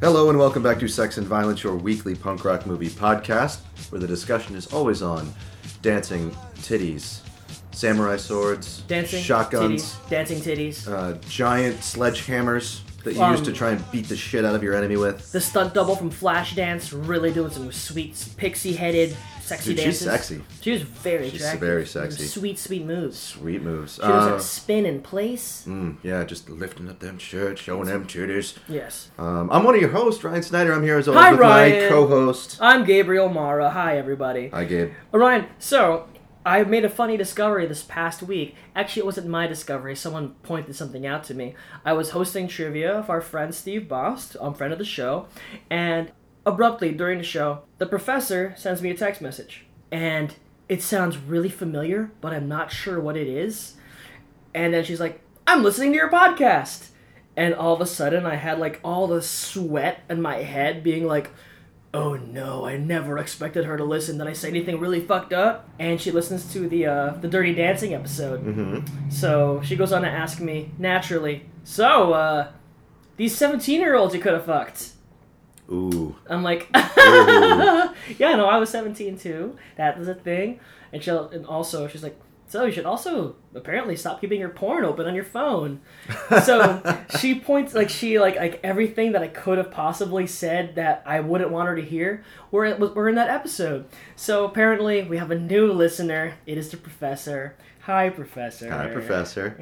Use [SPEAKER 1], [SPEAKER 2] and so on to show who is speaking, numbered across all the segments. [SPEAKER 1] Hello and welcome back to Sex and Violence, your weekly punk rock movie podcast, where the discussion is always on dancing, titties, samurai swords,
[SPEAKER 2] Dancing
[SPEAKER 1] shotguns,
[SPEAKER 2] titties, dancing titties.
[SPEAKER 1] uh, giant sledgehammers that you use
[SPEAKER 2] Um,
[SPEAKER 1] to try and beat the shit out of your enemy with.
[SPEAKER 2] the stunt double from Flashdance really doing some sweet pixie-headed, sexy
[SPEAKER 1] Dude, she's
[SPEAKER 2] dances.
[SPEAKER 1] sexy.
[SPEAKER 2] She was very
[SPEAKER 1] She's
[SPEAKER 2] attractive.
[SPEAKER 1] very
[SPEAKER 2] Some
[SPEAKER 1] sexy.
[SPEAKER 2] Sweet, sweet moves.
[SPEAKER 1] Sweet moves.
[SPEAKER 2] She knows how
[SPEAKER 1] Uh,
[SPEAKER 2] to spin in place.
[SPEAKER 1] mm, yeah, just lifting up them shirts, showing them titties.
[SPEAKER 2] Yes.
[SPEAKER 1] Um, I'm one of your hosts, Ryan Snyder. I'm here as always
[SPEAKER 2] Hi,
[SPEAKER 1] with my
[SPEAKER 2] Ryan.
[SPEAKER 1] co-host.
[SPEAKER 2] I'm Gabriel Mara. Hi, everybody.
[SPEAKER 1] Hi, Gabe.
[SPEAKER 2] Orion, so I made a funny discovery this past week. Actually, it wasn't my discovery. Someone pointed something out to me. I was hosting trivia of our friend Steve Bost, um, friend of the show, and abruptly during the show, the professor sends me a text message. And it sounds really familiar, but I'm not sure what it is. And then she's like, I'm listening to your podcast. And all of a sudden, I had like all the sweat in my head being like, oh no, I never expected her to listen. Did I say anything really fucked up? And she listens to the, uh, the Dirty Dancing episode. So she goes on to ask me, naturally, so, uh, these 17 year olds you could have fucked.
[SPEAKER 1] Ooh.
[SPEAKER 2] I'm like,
[SPEAKER 1] Ooh.
[SPEAKER 2] yeah, no, I was 17 too. That was a thing. And she'll, and also she's like, so you should also apparently stop keeping your porn open on your phone. So she points like she like like everything that I could have possibly said that I wouldn't want her to hear. We're in- we're in that episode. So apparently we have a new listener. It is the professor. Hi, professor.
[SPEAKER 1] Hi, Professor.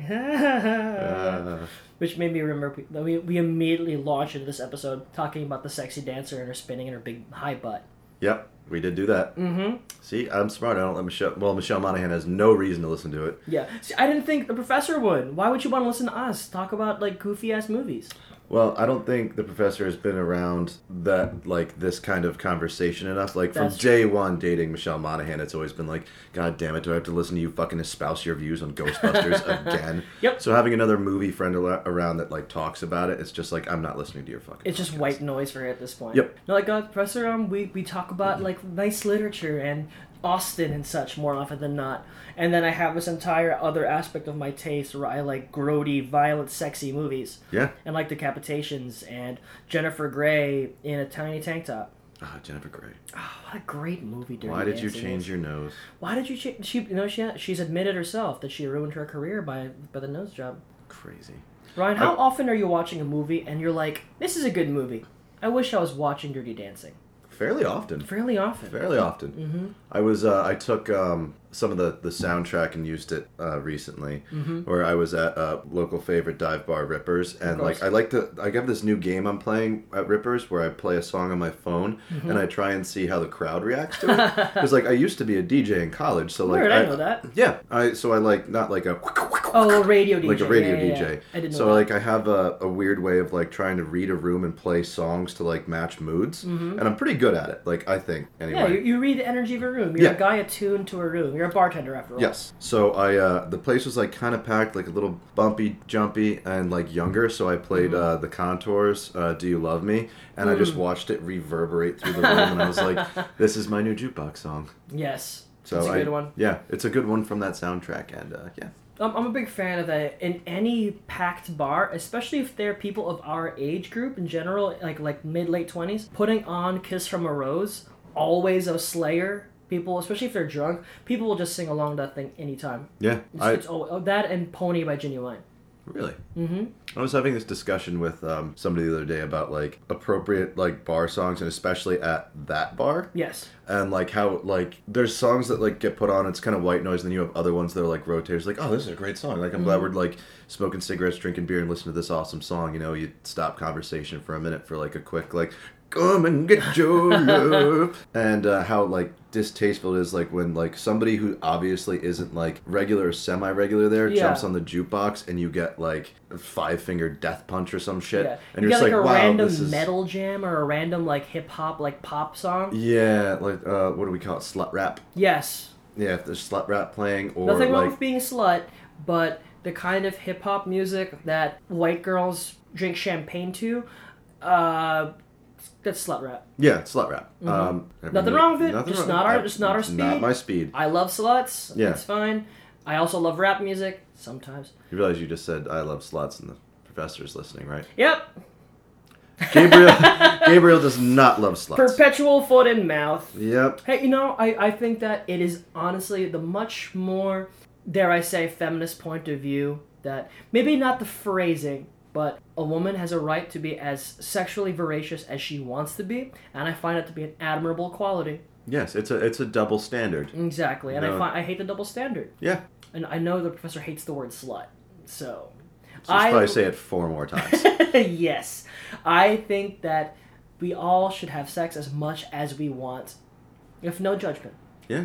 [SPEAKER 1] Uh,
[SPEAKER 2] Which made me remember that we, we immediately launched into this episode talking about the sexy dancer and her spinning and her big high butt.
[SPEAKER 1] yep, we did do that.
[SPEAKER 2] Mm-hmm.
[SPEAKER 1] See, I'm smart. I don't let Michelle. Well, Michelle Monaghan has no reason to listen to it.
[SPEAKER 2] Yeah. See, I didn't think the professor would. Why would you want to listen to us talk about like goofy ass movies?
[SPEAKER 1] Well, I don't think the professor has been around that like this kind of conversation enough. Like from
[SPEAKER 2] That's
[SPEAKER 1] day one dating Michelle Monaghan, it's always been like, God damn it, do I have to listen to you fucking espouse your views on Ghostbusters again?
[SPEAKER 2] Yep.
[SPEAKER 1] So having another movie friend al- around that like talks about it, it's just like I'm not listening to your fucking.
[SPEAKER 2] It's just
[SPEAKER 1] podcast.
[SPEAKER 2] white noise for her at this point.
[SPEAKER 1] Yep.
[SPEAKER 2] No, like uh, professor, um, we we talk about like nice literature and Austin and such more often than not. And then I have this entire other aspect of my taste where I like grody, violent, sexy movies
[SPEAKER 1] Yeah.
[SPEAKER 2] and like decapitations and Jennifer Grey in a tiny tank top.
[SPEAKER 1] Ah, Jennifer Grey.
[SPEAKER 2] Oh, what a great movie! Dirty
[SPEAKER 1] Why did you
[SPEAKER 2] Dancing
[SPEAKER 1] change
[SPEAKER 2] is.
[SPEAKER 1] your nose?
[SPEAKER 2] Why did you change? She, you know, she she's admitted herself that she ruined her career by by the nose job.
[SPEAKER 1] Crazy.
[SPEAKER 2] Ryan, how
[SPEAKER 1] I-
[SPEAKER 2] often are you watching a movie and you're like, this is a good movie? I wish I was watching Dirty Dancing.
[SPEAKER 1] Fairly often.
[SPEAKER 2] Fairly often.
[SPEAKER 1] fairly often.
[SPEAKER 2] Mm-hmm.
[SPEAKER 1] I was uh, I took um, some of the, the soundtrack and used it uh, recently,
[SPEAKER 2] Mm-hmm.
[SPEAKER 1] where I was at uh, local favorite dive bar Rippers, and
[SPEAKER 2] course.
[SPEAKER 1] like I like to I have this new game I'm playing at Rippers where I play a song on my phone
[SPEAKER 2] Mm-hmm.
[SPEAKER 1] and I try and see how the crowd reacts to it because like I used to be a DJ in college, so like
[SPEAKER 2] Weird, I know that.
[SPEAKER 1] yeah, I so I like not like a
[SPEAKER 2] Oh, a radio DJ.
[SPEAKER 1] like a radio
[SPEAKER 2] Yeah, yeah, yeah.
[SPEAKER 1] DJ.
[SPEAKER 2] I didn't know
[SPEAKER 1] so
[SPEAKER 2] that.
[SPEAKER 1] like I have a, a weird way of like trying to read a room and play songs to like match moods, and I'm pretty good at it. Like I think anyway.
[SPEAKER 2] Mm-hmm. yeah, you, you read the energy of a room. You're
[SPEAKER 1] Yeah.
[SPEAKER 2] a guy attuned to a room. You're a bartender after all.
[SPEAKER 1] Yes. So I uh, the place was like kind of packed, like a little bumpy, jumpy, and like younger. So I played
[SPEAKER 2] Mm-hmm.
[SPEAKER 1] uh, the Contours, uh, "Do You Love Me," and I
[SPEAKER 2] Mm.
[SPEAKER 1] just watched it reverberate through the room, and I was like, "This is my new jukebox song."
[SPEAKER 2] Yes.
[SPEAKER 1] So
[SPEAKER 2] That's a
[SPEAKER 1] I-
[SPEAKER 2] good one.
[SPEAKER 1] Yeah, it's a good one from that soundtrack, and uh, yeah,
[SPEAKER 2] I'm, I'm a big fan of that in any packed bar, especially if they're people of our age group in general, like like mid late twenties. Putting on "Kiss from a Rose," always a Slayer. People, especially if they're drunk, people will just sing along to that thing anytime.
[SPEAKER 1] yeah.
[SPEAKER 2] It's,
[SPEAKER 1] I
[SPEAKER 2] it's always, oh, that and "Pony" by Genuine.
[SPEAKER 1] really. Mm-hmm. I was having this discussion with um, somebody the other day about like appropriate like bar songs, and especially at that bar.
[SPEAKER 2] Yes.
[SPEAKER 1] and like how like there's songs that like get put on it's kind of white noise and then you have other ones that are like rotators like oh this is a great song like i'm glad we're
[SPEAKER 2] Mm-hmm.
[SPEAKER 1] like smoking cigarettes drinking beer and listening to this awesome song you know you stop conversation for a minute for like a quick like come and get your love and uh, how like distasteful it is like when like somebody who obviously isn't like regular or semi-regular there
[SPEAKER 2] Yeah.
[SPEAKER 1] jumps on the jukebox and you get like a five finger death punch or some shit
[SPEAKER 2] Yeah.
[SPEAKER 1] and
[SPEAKER 2] you
[SPEAKER 1] you're
[SPEAKER 2] got
[SPEAKER 1] just
[SPEAKER 2] like,
[SPEAKER 1] like,
[SPEAKER 2] a
[SPEAKER 1] wow
[SPEAKER 2] random
[SPEAKER 1] this is
[SPEAKER 2] metal jam or a random like hip hop like pop song.
[SPEAKER 1] yeah like uh, what do we call it slut rap
[SPEAKER 2] Yes.
[SPEAKER 1] Yeah, if there's slut rap playing or
[SPEAKER 2] Nothing wrong
[SPEAKER 1] like
[SPEAKER 2] with being a slut, but the kind of hip hop music that white girls drink champagne to, uh, that's slut rap.
[SPEAKER 1] yeah, slut rap. Um, I mean,
[SPEAKER 2] Mm-hmm. Nothing wrong with it,
[SPEAKER 1] nothing
[SPEAKER 2] just
[SPEAKER 1] wrong-
[SPEAKER 2] not our-
[SPEAKER 1] I-
[SPEAKER 2] just not our
[SPEAKER 1] it's Not
[SPEAKER 2] speed.
[SPEAKER 1] my speed.
[SPEAKER 2] I love sluts.
[SPEAKER 1] Yeah.
[SPEAKER 2] It's fine. I also love rap music sometimes.
[SPEAKER 1] You realize you just said I love sluts and the professor's listening, right?
[SPEAKER 2] Yep.
[SPEAKER 1] Gabriel Gabriel does not love sluts.
[SPEAKER 2] Perpetual foot in mouth.
[SPEAKER 1] yep.
[SPEAKER 2] Hey, you know, I, I think that it is honestly the much more, dare I say, feminist point of view that maybe not the phrasing, but a woman has a right to be as sexually voracious as she wants to be, and I find it to be an admirable quality.
[SPEAKER 1] Yes, it's a it's a double standard.
[SPEAKER 2] Exactly, and I
[SPEAKER 1] No.
[SPEAKER 2] find, I hate the double standard,
[SPEAKER 1] Yeah.
[SPEAKER 2] and I know the professor hates the word slut, so
[SPEAKER 1] So let's probably say it four more times.
[SPEAKER 2] yes. I think that we all should have sex as much as we want, if no judgment.
[SPEAKER 1] yeah.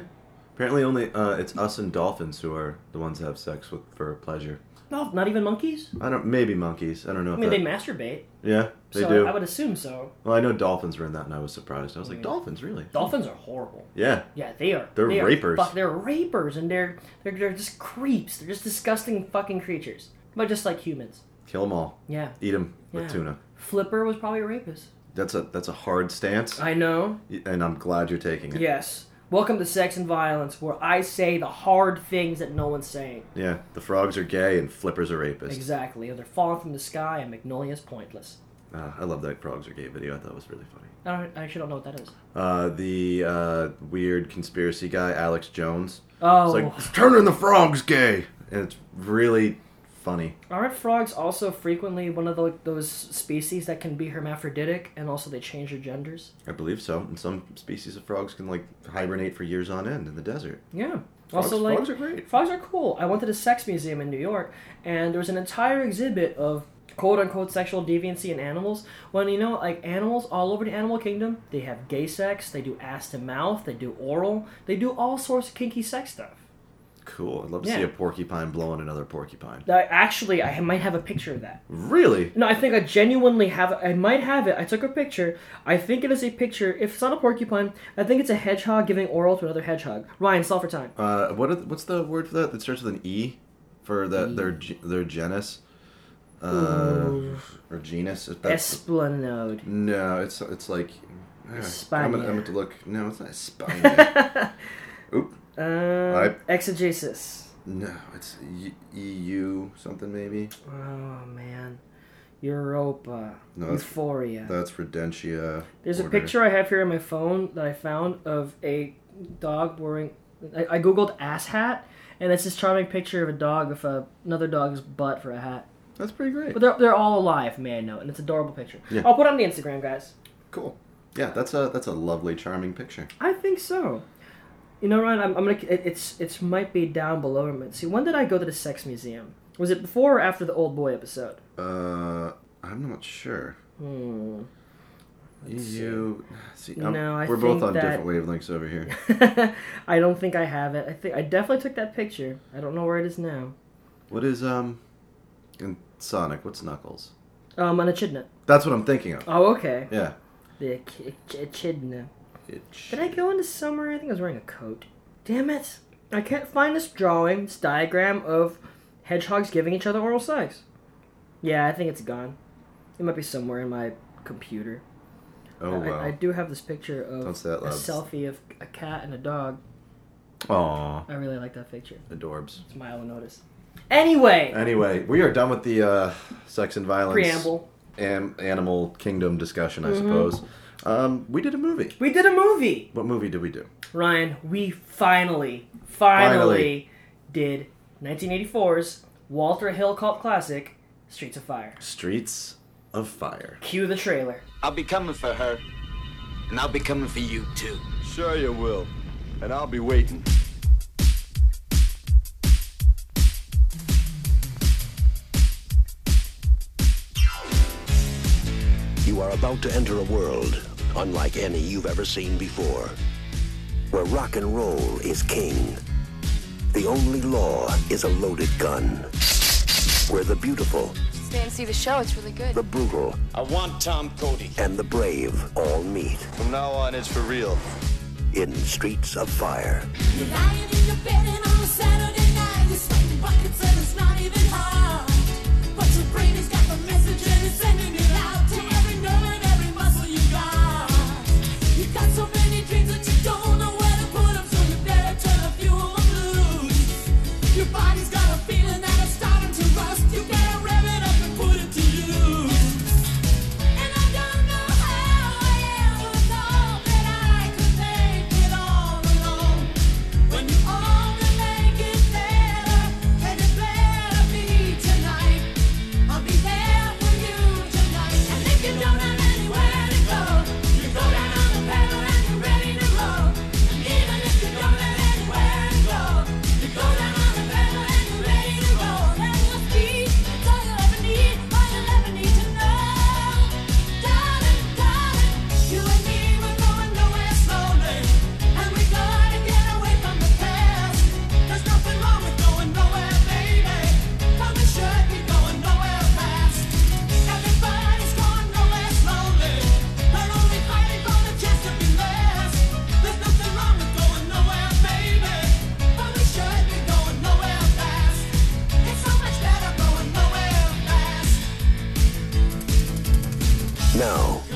[SPEAKER 1] Apparently only uh, it's us and dolphins who are the ones that have sex with for pleasure.
[SPEAKER 2] No, not even monkeys.
[SPEAKER 1] I don't maybe monkeys. I don't know
[SPEAKER 2] I
[SPEAKER 1] if
[SPEAKER 2] mean,
[SPEAKER 1] that,
[SPEAKER 2] they masturbate,
[SPEAKER 1] Yeah, they
[SPEAKER 2] so
[SPEAKER 1] do.
[SPEAKER 2] I would assume so.
[SPEAKER 1] well, I know dolphins were in that and I was surprised. I was like,
[SPEAKER 2] Mm.
[SPEAKER 1] "Dolphins, really?"
[SPEAKER 2] Dolphins are horrible.
[SPEAKER 1] Yeah.
[SPEAKER 2] Yeah, they are.
[SPEAKER 1] They're
[SPEAKER 2] they are
[SPEAKER 1] rapers.
[SPEAKER 2] fuck- they're rapers, and they're, they're they're just creeps. They're just disgusting fucking creatures, but just like humans.
[SPEAKER 1] Kill them all.
[SPEAKER 2] Yeah,
[SPEAKER 1] Eat them
[SPEAKER 2] Yeah.
[SPEAKER 1] with tuna.
[SPEAKER 2] Flipper was probably a rapist.
[SPEAKER 1] That's a that's a hard stance,
[SPEAKER 2] I know.
[SPEAKER 1] and I'm glad you're taking it.
[SPEAKER 2] Yes. Welcome to Sex and Violence, where I say the hard things that no one's saying.
[SPEAKER 1] Yeah, the frogs are gay and flippers are rapists.
[SPEAKER 2] Exactly. Or they're falling from the sky and Magnolia's pointless.
[SPEAKER 1] Uh, I love that frogs are gay video. I thought it was really funny.
[SPEAKER 2] I, don't, I actually don't know what that is.
[SPEAKER 1] Uh, the uh, weird conspiracy guy, Alex Jones.
[SPEAKER 2] Oh,
[SPEAKER 1] It's like turning the frogs gay, and it's really funny.
[SPEAKER 2] aren't frogs also frequently one of the, those species that can be hermaphroditic and also they change their genders?
[SPEAKER 1] I believe so. And some species of frogs can like hibernate for years on end in the desert.
[SPEAKER 2] Yeah.
[SPEAKER 1] Frogs,
[SPEAKER 2] also, like
[SPEAKER 1] frogs are great.
[SPEAKER 2] frogs are cool. I went to the sex museum in New York, and there was an entire exhibit of quote unquote sexual deviancy in animals. When you know, like animals all over the animal kingdom, they have gay sex, they do ass to mouth, they do oral, they do all sorts of kinky sex stuff.
[SPEAKER 1] Cool. I'd love to
[SPEAKER 2] Yeah.
[SPEAKER 1] see a porcupine blowing another porcupine.
[SPEAKER 2] Now, actually, I might have a picture of that.
[SPEAKER 1] Really?
[SPEAKER 2] No, I think I genuinely have. I might have it. I took a picture. I think it is a picture. If it's not a porcupine, I think it's a hedgehog giving oral to another hedgehog. Ryan, solve for time.
[SPEAKER 1] Uh, what are th- what's the word for that? That starts with an E, for that their ge- their genus, uh,
[SPEAKER 2] Ooh.
[SPEAKER 1] or genus. That's,
[SPEAKER 2] Esplanade.
[SPEAKER 1] no, it's it's like. uh, I'm gonna, I'm gonna have to look. No, it's not España.
[SPEAKER 2] um,
[SPEAKER 1] Oop. I-
[SPEAKER 2] Exegesis.
[SPEAKER 1] No, it's E- EU something maybe.
[SPEAKER 2] Oh man, Europa.
[SPEAKER 1] No, that's-
[SPEAKER 2] Euphoria.
[SPEAKER 1] That's Rodentia.
[SPEAKER 2] There's
[SPEAKER 1] order.
[SPEAKER 2] a picture I have here on my phone that I found of a dog wearing. I, I googled ass hat, and it's this charming picture of a dog with a, another dog's butt for a hat.
[SPEAKER 1] That's pretty great.
[SPEAKER 2] But they're, they're all alive, man. No, and it's an adorable picture.
[SPEAKER 1] Yeah.
[SPEAKER 2] I'll put it on the Instagram, guys.
[SPEAKER 1] Cool. Yeah, that's a that's a lovely, charming picture.
[SPEAKER 2] I think so. You know, Ryan, I'm, I'm gonna. It, it's it's might be down below. but See, when did I go to the sex museum? Was it before or after the old boy episode?
[SPEAKER 1] Uh, I'm not sure.
[SPEAKER 2] Hmm.
[SPEAKER 1] EU. See, I'm-
[SPEAKER 2] No, I
[SPEAKER 1] we're both
[SPEAKER 2] think
[SPEAKER 1] on
[SPEAKER 2] that-
[SPEAKER 1] different wavelengths over here.
[SPEAKER 2] I don't think I have it. I think I definitely took that picture. I don't know where it is now.
[SPEAKER 1] What is um, in Sonic? What's Knuckles?
[SPEAKER 2] Um, on a chidna.
[SPEAKER 1] That's what I'm thinking of.
[SPEAKER 2] Oh, okay.
[SPEAKER 1] Yeah.
[SPEAKER 2] The ch- ch- chidna.
[SPEAKER 1] Itch.
[SPEAKER 2] Did I go into summer? I think I was wearing a coat. Damn it! I can't find this drawing, this diagram of hedgehogs giving each other oral sex. Yeah, I think it's gone. It might be somewhere in my computer.
[SPEAKER 1] Oh
[SPEAKER 2] I, I
[SPEAKER 1] wow.
[SPEAKER 2] do have this picture of
[SPEAKER 1] That's that
[SPEAKER 2] a
[SPEAKER 1] loud.
[SPEAKER 2] selfie of a cat and a dog.
[SPEAKER 1] Aw,
[SPEAKER 2] I really like that picture.
[SPEAKER 1] adorbs.
[SPEAKER 2] It's my own notice. Anyway,
[SPEAKER 1] Anyway, we are done with the uh, sex and violence
[SPEAKER 2] preamble. Mm-hmm.
[SPEAKER 1] am- animal kingdom discussion, I suppose. Um, we did a movie.
[SPEAKER 2] We did a movie.
[SPEAKER 1] What movie did we do?
[SPEAKER 2] Ryan, we finally, finally, did 1984's Walter Hill cult classic, Streets of Fire.
[SPEAKER 1] Streets of Fire.
[SPEAKER 2] Cue the trailer.
[SPEAKER 3] I'll be coming for her, and I'll be coming for you too.
[SPEAKER 4] Sure you will. And I'll be waiting.
[SPEAKER 5] You are about to enter a world unlike any you've ever seen before, where rock and roll is king. The only law is a loaded gun. Where the beautiful,
[SPEAKER 6] Stay and see the show. It's really good.
[SPEAKER 5] the brutal,
[SPEAKER 3] I want Tom Cody.
[SPEAKER 5] and the brave all meet
[SPEAKER 4] From now on, it's for real.
[SPEAKER 5] in Streets of Fire.
[SPEAKER 7] You're lying in your bed and on a Saturday night you're sweating buckets and it's not even hard. But your brain has got the message and it's sending it out to every nerve and every muscle you got. You got so many dreams that you don't know where to put 'em, so you better turn a few of 'em loose. Your body's got a feeling that it's starting to rust. You better rev it up and put it to use. And I don't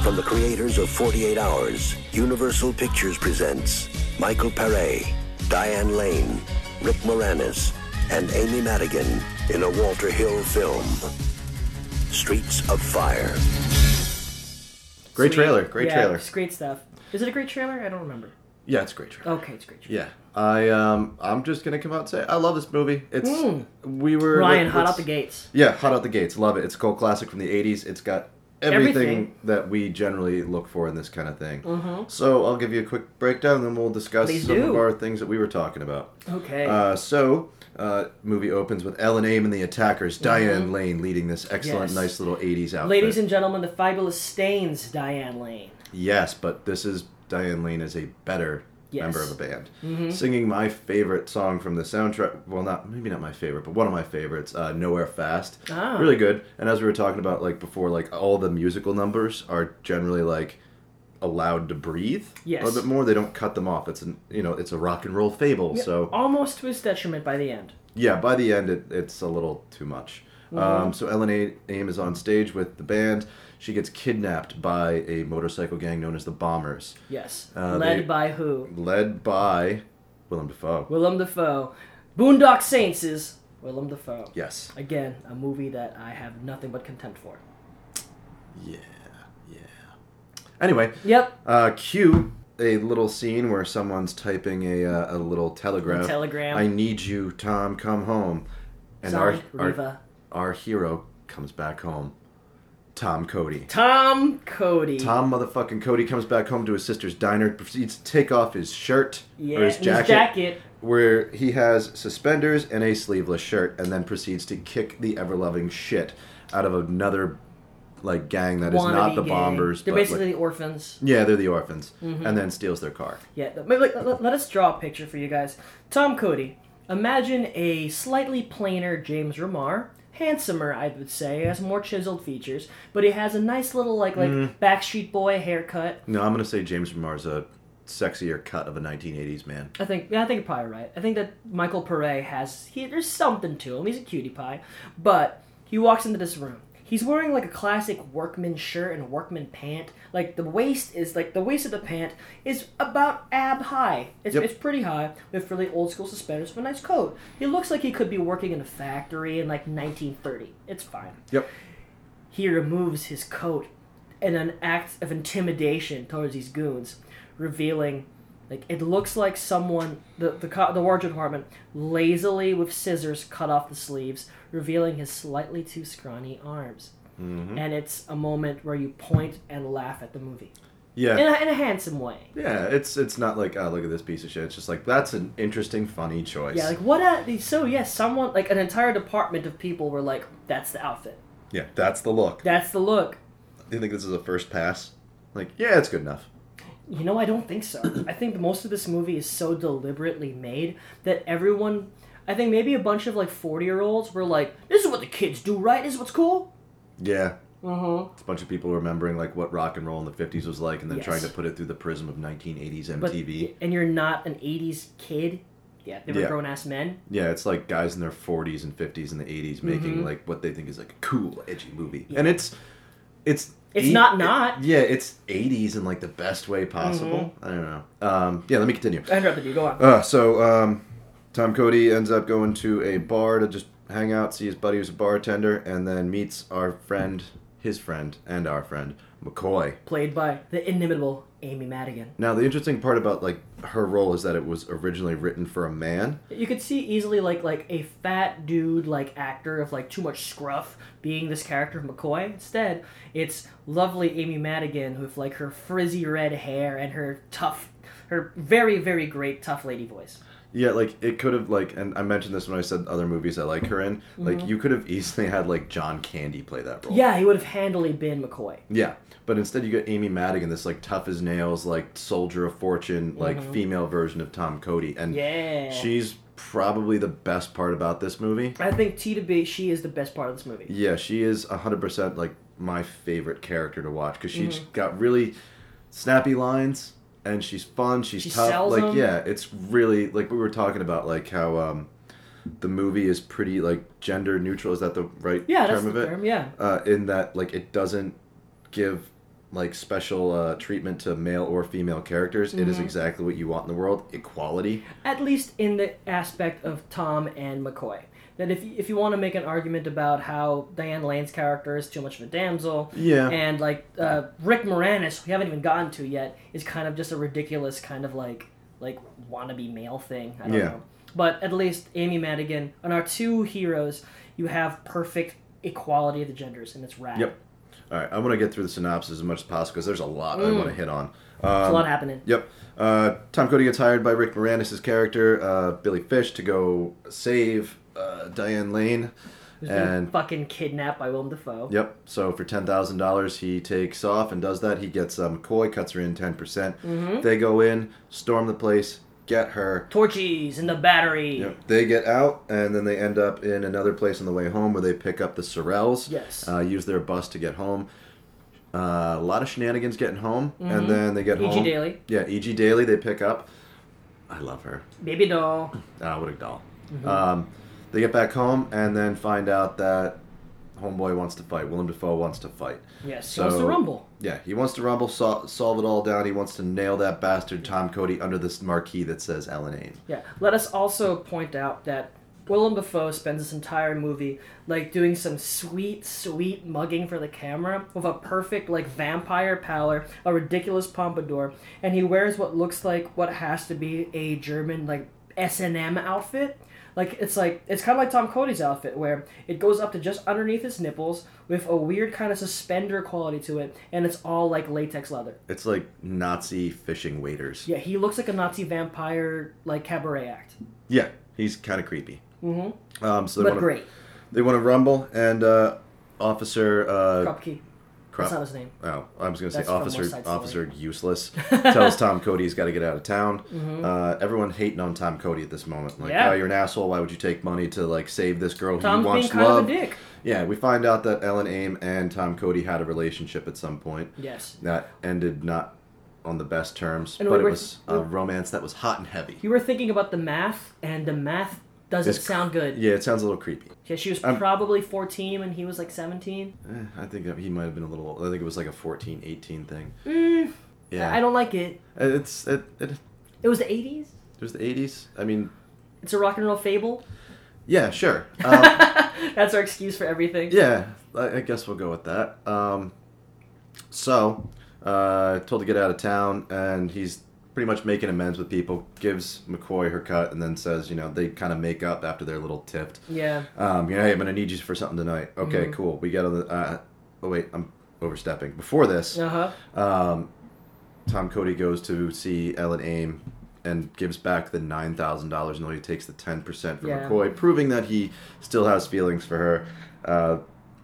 [SPEAKER 5] From the creators of 48 Hours, Universal Pictures presents Michael Paré, Diane Lane, Rick Moranis, and Amy Madigan in a Walter Hill film. Streets of Fire.
[SPEAKER 1] Great trailer. Great
[SPEAKER 2] yeah,
[SPEAKER 1] trailer.
[SPEAKER 2] It's great stuff. Is it a great trailer? I don't remember.
[SPEAKER 1] Yeah, it's a great trailer.
[SPEAKER 2] Okay, it's a great. Trailer.
[SPEAKER 1] Yeah, I um, I'm just gonna come out and say I love this movie. It's we were
[SPEAKER 2] Hmm. Ryan,
[SPEAKER 1] like,
[SPEAKER 2] hot
[SPEAKER 1] it's-
[SPEAKER 2] out the gates.
[SPEAKER 1] Yeah, hot out the gates. Love it. It's a cult classic from the '80s. It's got everything,
[SPEAKER 2] Everything. Mm-hmm.
[SPEAKER 1] that we generally look for in this kind of thing. So I'll give you a quick breakdown, and then we'll discuss
[SPEAKER 2] Please
[SPEAKER 1] some of
[SPEAKER 2] do.
[SPEAKER 1] our things that we were talking about.
[SPEAKER 2] Okay.
[SPEAKER 1] Uh, so, uh, movie opens with Ellen Aim and the Attackers, Diane Lane leading this excellent,
[SPEAKER 2] Mm-hmm. Yes.
[SPEAKER 1] nice little 80s outfit.
[SPEAKER 2] Ladies and gentlemen, the fabulous stains, Diane Lane.
[SPEAKER 1] Yes, but this is Diane Lane is a better
[SPEAKER 2] Yes. Mm-hmm.
[SPEAKER 1] member of a band, singing my favorite song from the soundtrack. Well, not maybe not my favorite, but one of my favorites, uh, "Nowhere Fast."
[SPEAKER 2] Ah.
[SPEAKER 1] Really good. And as we were talking about like before, like all the musical numbers are generally like allowed to breathe
[SPEAKER 2] Yes.
[SPEAKER 1] a little bit more. They don't cut them off. It's an you know it's a rock and roll fable. So
[SPEAKER 2] almost to his detriment by the end.
[SPEAKER 1] yeah, by the end, it, it's a little too much.
[SPEAKER 2] Mm-hmm.
[SPEAKER 1] Um, so Ellen A- Aim is on stage with the band. She gets kidnapped by a motorcycle gang known as the Bombers,
[SPEAKER 2] Yes.
[SPEAKER 1] Uh,
[SPEAKER 2] Led
[SPEAKER 1] they-
[SPEAKER 2] by who?
[SPEAKER 1] led by Willem Dafoe.
[SPEAKER 2] Willem Dafoe. Boondock Saints is Willem Dafoe.
[SPEAKER 1] yes.
[SPEAKER 2] Again, a movie that I have nothing but contempt for.
[SPEAKER 1] Yeah. Yeah. Anyway,
[SPEAKER 2] Yep.
[SPEAKER 1] uh, cue a little scene where someone's typing a, uh, a little telegraph.
[SPEAKER 2] telegram.
[SPEAKER 1] I need you, Tom. Come home. And
[SPEAKER 2] Signed,
[SPEAKER 1] our, our
[SPEAKER 2] Riva.
[SPEAKER 1] our hero comes back home. Tom Cody.
[SPEAKER 2] Tom Cody.
[SPEAKER 1] Tom motherfucking Cody comes back home to his sister's diner, proceeds to take off his shirt
[SPEAKER 2] yeah,
[SPEAKER 1] or his
[SPEAKER 2] and
[SPEAKER 1] jacket,
[SPEAKER 2] jacket.
[SPEAKER 1] where he has suspenders and a sleeveless shirt, and then proceeds to kick the ever loving shit out of another like gang that is
[SPEAKER 2] Wannabe
[SPEAKER 1] not the
[SPEAKER 2] gang.
[SPEAKER 1] bombers.
[SPEAKER 2] They're
[SPEAKER 1] but, like-
[SPEAKER 2] basically Mm-hmm. the orphans.
[SPEAKER 1] yeah, they're the orphans, and then steals their car.
[SPEAKER 2] Yeah, th- but like, let, let us draw a picture for you guys. Tom Cody. Imagine a slightly plainer James Remar, handsomer, I would say, has more chiseled features, but he has a nice little like like Backstreet Boy haircut.
[SPEAKER 1] No, I'm gonna say James Mar's a sexier cut of a 1980s man.
[SPEAKER 2] I think yeah, I think you're probably right. I think that Michael Pere has he there's something to him. He's a cutie pie, but he walks into this room. He's wearing like a classic workman shirt and workman pant. Like the waist is like the waist of the pant is about ab high. It's,
[SPEAKER 1] Yep.
[SPEAKER 2] it's pretty high with really old school suspenders, but nice coat. He looks like he could be working in a factory in like 1930. It's fine
[SPEAKER 1] Yep.
[SPEAKER 2] he removes his coat in an act of intimidation towards these goons, revealing like it looks like someone the the, co- the wardrobe department lazily with scissors cut off the sleeves, revealing his slightly too scrawny arms. And it's a moment where you point and laugh at the movie
[SPEAKER 1] Yeah.
[SPEAKER 2] in a, in a handsome way.
[SPEAKER 1] yeah, it's it's not like oh look at this piece of shit. It's just like that's an interesting, funny choice.
[SPEAKER 2] Yeah, like what a so yes, someone like an entire department of people were like, that's the outfit,
[SPEAKER 1] yeah, that's the look.
[SPEAKER 2] that's the look.
[SPEAKER 1] Do you think this is a first pass? Like, yeah, it's good enough.
[SPEAKER 2] You know, I don't think so. I think most of this movie is so deliberately made that everyone, I think maybe a bunch of like 40 year olds were like, this is what the kids do, right? This is what's cool.
[SPEAKER 1] Yeah.
[SPEAKER 2] Mm-hmm.
[SPEAKER 1] It's a bunch of people remembering like what rock and roll in the '50s was like, and then
[SPEAKER 2] Yes.
[SPEAKER 1] trying to put it through the prism of 1980s
[SPEAKER 2] But,
[SPEAKER 1] MTV.
[SPEAKER 2] And you're not an 80s kid. Yeah, they were
[SPEAKER 1] Yeah.
[SPEAKER 2] grown ass men.
[SPEAKER 1] yeah, it's like guys in their 40s and 50s and the
[SPEAKER 2] Mm-hmm.
[SPEAKER 1] 80s making like what they think is like a cool, edgy movie, and it's it's
[SPEAKER 2] It's
[SPEAKER 1] eight-
[SPEAKER 2] not not. Mm-hmm.
[SPEAKER 1] yeah, it's 80s in like the best way possible. I don't know. Um, yeah, let me continue.
[SPEAKER 2] I interrupted you. Go on.
[SPEAKER 1] Uh, so um, Tom Cody ends up going to a bar to just hang out, see his buddy who's a bartender, and then meets our friend, his friend, and our friend McCoy.
[SPEAKER 2] Played by the inimitable Amy Madigan.
[SPEAKER 1] Now, the interesting part about like her role is that it was originally written for a man.
[SPEAKER 2] You could see easily like like a fat dude like actor of like too much scruff being this character of McCoy. Instead, it's lovely Amy Madigan with like her frizzy red hair and her tough, her very very great tough lady voice.
[SPEAKER 1] Yeah, like it could have like, and I mentioned this when I said other movies I like her in. Like you could have easily had like John Candy play that role.
[SPEAKER 2] Mm-hmm. Yeah, he would have handily been McCoy.
[SPEAKER 1] Yeah, but instead you get Amy Madigan, this like tough as nails, like soldier of fortune, like female version of Tom Cody, and
[SPEAKER 2] Mm-hmm. Yeah.
[SPEAKER 1] she's probably the best part about this movie.
[SPEAKER 2] I think T to B she is the best part of this movie.
[SPEAKER 1] Yeah, she is hundred percent like my favorite character to watch because she's
[SPEAKER 2] Mm-hmm.
[SPEAKER 1] got really snappy lines and she's fun. She's
[SPEAKER 2] She
[SPEAKER 1] tough.
[SPEAKER 2] sells
[SPEAKER 1] like
[SPEAKER 2] 'em.
[SPEAKER 1] yeah, it's really like we were talking about like how um the movie is pretty like gender neutral. Is that the right
[SPEAKER 2] Yeah, that's
[SPEAKER 1] term of Uh,
[SPEAKER 2] the
[SPEAKER 1] it?
[SPEAKER 2] term. Yeah.
[SPEAKER 1] uh, in that like it doesn't give like special uh, treatment to male or female characters. It is
[SPEAKER 2] Mm-hmm.
[SPEAKER 1] exactly what you want in the world: equality.
[SPEAKER 2] at least in the aspect of Tom and McCoy. That if if you want to make an argument about how Diane Lane's character is too much of a damsel,
[SPEAKER 1] Yeah.
[SPEAKER 2] and like uh, Rick Moranis, we haven't even gotten to yet, is kind of just a ridiculous kind of like like wannabe male thing. I don't
[SPEAKER 1] Yeah.
[SPEAKER 2] know. But at least Amy Madigan on our two heroes, you have perfect equality of the genders, and it's rad.
[SPEAKER 1] Yep. All right, I'm gonna get through the synopsis as much as possible because there's a lot I
[SPEAKER 2] Mm.
[SPEAKER 1] want to hit on.
[SPEAKER 2] There's a lot happening.
[SPEAKER 1] Um, Yep. Uh, Tom Cody gets hired by Rick Moranis' character, uh, Billy Fish, to go save uh, Diane Lane. And
[SPEAKER 2] fucking kidnapped by Willem Dafoe.
[SPEAKER 1] yep, so for ten thousand dollars, he takes off and does that. He gets uh, McCoy, cuts her in ten percent. They go in, storm the place, get her.
[SPEAKER 2] Torchies in the battery.
[SPEAKER 1] Yep. They get out, and then they end up in another place on the way home where they pick up the Sorrells.
[SPEAKER 2] Yes.
[SPEAKER 1] Uh, use their bus to get home. Uh, a lot of shenanigans getting home, and then they get
[SPEAKER 2] E.G.
[SPEAKER 1] home.
[SPEAKER 2] Daly.
[SPEAKER 1] Yeah, E.G. Daily. They pick up. I love her.
[SPEAKER 2] Baby doll.
[SPEAKER 1] Ah, what a doll. Um, they get back home and then find out that Homeboy wants to fight. Willem Dafoe wants to fight.
[SPEAKER 2] Yes, he wants to rumble.
[SPEAKER 1] Yeah, he wants to rumble, sol- solve it all down. He wants to nail that bastard Tom Cody under this marquee that says Ellen Aim.
[SPEAKER 2] Yeah. Let us also point out that Willem Dafoe spends this entire movie like doing some sweet, sweet mugging for the camera with a perfect like vampire pallor, a ridiculous pompadour, and he wears what looks like what has to be a German like S and M outfit. Like it's like it's kind of like Tom Cody's outfit where it goes up to just underneath his nipples with a weird kind of suspender quality to it, and it's all like latex leather.
[SPEAKER 1] It's like Nazi fishing waiters.
[SPEAKER 2] Yeah, he looks like a Nazi vampire like cabaret act,
[SPEAKER 1] Yeah, he's kind of creepy. Mm-hmm. Um, so they
[SPEAKER 2] but
[SPEAKER 1] wanna,
[SPEAKER 2] great.
[SPEAKER 1] They want to rumble, and uh, Officer uh,
[SPEAKER 2] Krupke.
[SPEAKER 1] Crop-
[SPEAKER 2] That's not his name.
[SPEAKER 1] Oh, I was going to say
[SPEAKER 2] That's from West
[SPEAKER 1] officer
[SPEAKER 2] Side Story.
[SPEAKER 1] officer useless tells Tom Cody he's got to get out of town. Uh, everyone hating on Tom Cody at this moment. Like,
[SPEAKER 2] Mm-hmm. Yeah.
[SPEAKER 1] oh, you're an asshole. Why would you take money to like save this girl who
[SPEAKER 2] Tom's
[SPEAKER 1] you
[SPEAKER 2] being
[SPEAKER 1] once
[SPEAKER 2] kind
[SPEAKER 1] loved?
[SPEAKER 2] of a dick.
[SPEAKER 1] Yeah, we find out that Ellen Aim and Tom Cody had a relationship at some point.
[SPEAKER 2] Yes.
[SPEAKER 1] that ended not on the best terms,
[SPEAKER 2] And
[SPEAKER 1] but
[SPEAKER 2] we
[SPEAKER 1] it
[SPEAKER 2] were-
[SPEAKER 1] was a romance that was hot and heavy.
[SPEAKER 2] You were thinking about the math, and the math doesn't
[SPEAKER 1] It's-
[SPEAKER 2] sound good. Yeah.
[SPEAKER 1] Yeah, Um, it sounds a little creepy.
[SPEAKER 2] she was
[SPEAKER 1] I'm-
[SPEAKER 2] probably 14 and he was like 17.
[SPEAKER 1] Eh, I think that he might have been a little. old. I think it was like a 14, 18 thing. yeah,
[SPEAKER 2] Mm,
[SPEAKER 1] Eh,
[SPEAKER 2] I don't like it.
[SPEAKER 1] It's it, it.
[SPEAKER 2] It was the 80s?
[SPEAKER 1] It was the eighties. I mean,
[SPEAKER 2] It's a rock and roll fable.
[SPEAKER 1] yeah, sure. Um,
[SPEAKER 2] That's our excuse for everything.
[SPEAKER 1] yeah, I, I guess we'll go with that. Um, so, uh, told to get out of town, and he's pretty much making amends with people. Gives McCoy her cut, and then says, you know, they kind of make up after their little tiff.
[SPEAKER 2] Yeah.
[SPEAKER 1] Um, you know, hey, I'm gonna need you for something tonight. Okay, cool. We get on the. Uh, oh wait, I'm overstepping. Before this,
[SPEAKER 2] Uh huh.
[SPEAKER 1] Tom Cody goes to see Ellen Aim and gives back the nine thousand dollars and only takes the ten percent from
[SPEAKER 2] Yeah.
[SPEAKER 1] McCoy, proving that he still has feelings for her. Uh,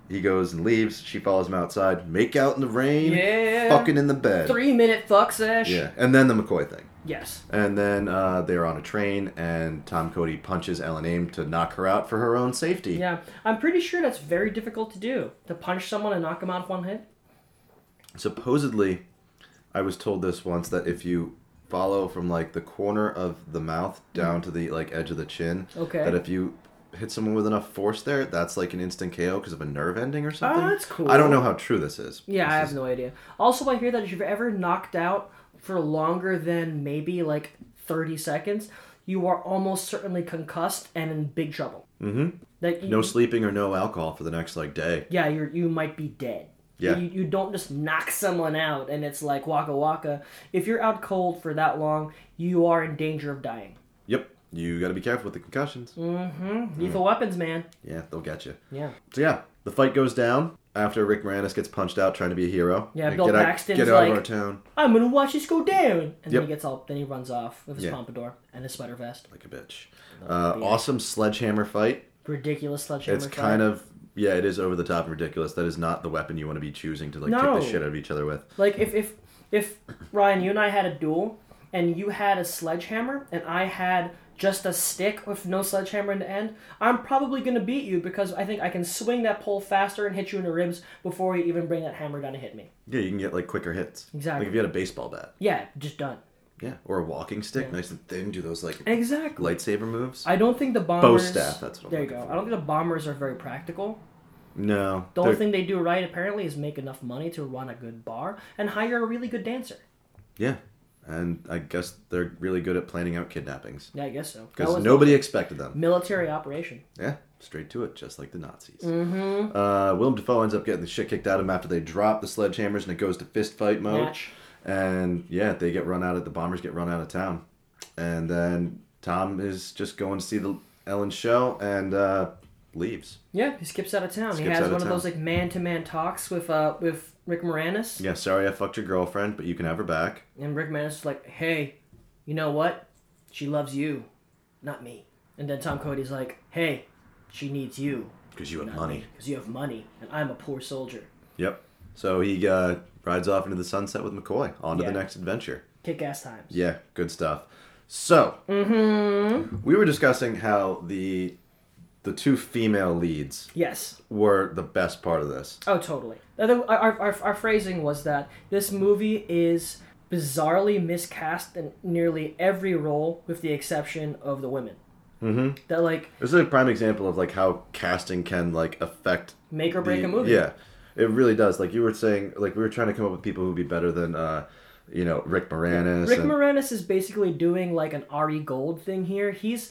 [SPEAKER 1] he goes and leaves. She follows him outside, make out in the rain,
[SPEAKER 2] Yeah.
[SPEAKER 1] fucking in the bed.
[SPEAKER 2] Three minute fuck sesh.
[SPEAKER 1] Yeah, and then the McCoy thing.
[SPEAKER 2] Yes.
[SPEAKER 1] And then uh, they're on a train, and Tom Cody punches Ellen Aim to knock her out for her own safety.
[SPEAKER 2] Yeah. I'm pretty sure that's very difficult to do to punch someone and knock them out with one hit.
[SPEAKER 1] supposedly i was told this once that if you follow from like the corner of the mouth down to the like edge of the chin
[SPEAKER 2] Mm. Okay.
[SPEAKER 1] that if you hit someone with enough force there that's like an instant ko because of a nerve ending or something
[SPEAKER 2] Ah, that's cool.
[SPEAKER 1] i don't know how true this is
[SPEAKER 2] Yeah,
[SPEAKER 1] This
[SPEAKER 2] I
[SPEAKER 1] is-
[SPEAKER 2] have no idea. Also, I hear that if you're ever knocked out for longer than maybe like 30 seconds, you are almost certainly concussed and in big trouble. Mm-hmm. That you,
[SPEAKER 1] no sleeping or no alcohol for the next like day
[SPEAKER 2] yeah, you you might be dead.
[SPEAKER 1] Yeah.
[SPEAKER 2] You, you don't just knock someone out and it's like waka waka. If you're out cold for that long, you are in danger of dying.
[SPEAKER 1] yep you got to be careful with the concussions
[SPEAKER 2] Mm.
[SPEAKER 1] Mm.
[SPEAKER 2] Lethal weapons, man.
[SPEAKER 1] yeah they'll get you
[SPEAKER 2] Yeah.
[SPEAKER 1] so yeah the fight goes down after rick moranis gets punched out trying to be a hero
[SPEAKER 2] Yeah,
[SPEAKER 1] And
[SPEAKER 2] Bill
[SPEAKER 1] get out-
[SPEAKER 2] Paxton's
[SPEAKER 1] get out of
[SPEAKER 2] like-
[SPEAKER 1] our town
[SPEAKER 2] I'm gonna watch this go down. And then
[SPEAKER 1] Yep.
[SPEAKER 2] he gets all then he runs off with his
[SPEAKER 1] Yeah.
[SPEAKER 2] pompadour and his sweater vest.
[SPEAKER 1] like a bitch uh, awesome sledgehammer fight
[SPEAKER 2] Ridiculous sledgehammer.
[SPEAKER 1] It's
[SPEAKER 2] fight.
[SPEAKER 1] kind of yeah, it is over the top and ridiculous. That is not the weapon you want to be choosing to like
[SPEAKER 2] No.
[SPEAKER 1] kick the shit out of each other with.
[SPEAKER 2] Like if if if Ryan, you and I had a duel, and you had a sledgehammer, and I had just a stick with no sledgehammer in the end, I'm probably gonna beat you because I think I can swing that pole faster and hit you in the ribs before you even bring that hammer down to hit me.
[SPEAKER 1] Yeah, you can get like quicker hits.
[SPEAKER 2] Exactly.
[SPEAKER 1] Like if you had a baseball bat.
[SPEAKER 2] Yeah, just done.
[SPEAKER 1] Yeah, or a walking stick, nice and thin. Do those like
[SPEAKER 2] Exactly.
[SPEAKER 1] lightsaber moves.
[SPEAKER 2] I don't think the bombers.
[SPEAKER 1] staff, that's what I'm
[SPEAKER 2] there you
[SPEAKER 1] looking
[SPEAKER 2] go.
[SPEAKER 1] for.
[SPEAKER 2] I don't think the bombers are very practical.
[SPEAKER 1] No.
[SPEAKER 2] The only
[SPEAKER 1] they're-
[SPEAKER 2] thing they do right apparently is make enough money to run a good bar and hire a really good dancer.
[SPEAKER 1] Yeah. And I guess they're really good at planning out kidnappings.
[SPEAKER 2] Yeah, I guess so. That
[SPEAKER 1] Because
[SPEAKER 2] was
[SPEAKER 1] nobody expected them.
[SPEAKER 2] a military operation.
[SPEAKER 1] Yeah, straight to it, just like the Nazis. Mm-hmm. Uh, Willem Dafoe ends up getting the shit kicked out of him after they drop the sledgehammers and it goes to fist fight mode.
[SPEAKER 2] Match.
[SPEAKER 1] And yeah, they get run out of the bombers get run out of town, and then Tom is just going to see the Ellen show and uh, leaves.
[SPEAKER 2] Yeah, he skips out of town. he
[SPEAKER 1] Skips
[SPEAKER 2] has
[SPEAKER 1] out of
[SPEAKER 2] one of
[SPEAKER 1] town.
[SPEAKER 2] those like man to man talks with uh with Rick Moranis,
[SPEAKER 1] Yeah, sorry I fucked your girlfriend, but you can have her back.
[SPEAKER 2] and Rick Moranis is like, "Hey, you know what? She loves you, not me." And then Tom Cody's like, "Hey, she needs you
[SPEAKER 1] Because you have money.
[SPEAKER 2] because you have money, and I'm a poor soldier."
[SPEAKER 1] Yep. So he uh, rides off into the sunset with McCoy. On to
[SPEAKER 2] Yeah.
[SPEAKER 1] the next adventure.
[SPEAKER 2] Kick ass times.
[SPEAKER 1] Yeah, good stuff. So
[SPEAKER 2] Mm-hmm.
[SPEAKER 1] we were discussing how the the two female leads
[SPEAKER 2] Yes.
[SPEAKER 1] were the best part of this.
[SPEAKER 2] Oh, totally. Other- Our, our, our phrasing was that this movie is bizarrely miscast in nearly every role, with the exception of the women. Mm-hmm. That like
[SPEAKER 1] This is a prime example of like how casting can like affect
[SPEAKER 2] make or break
[SPEAKER 1] the-
[SPEAKER 2] a movie.
[SPEAKER 1] Yeah, it really does. Like you were saying, like we were trying to come up with people who would be better than uh, you know Rick Moranis.
[SPEAKER 2] Rick
[SPEAKER 1] and-
[SPEAKER 2] Moranis is basically doing like an Ari Gold thing here. He's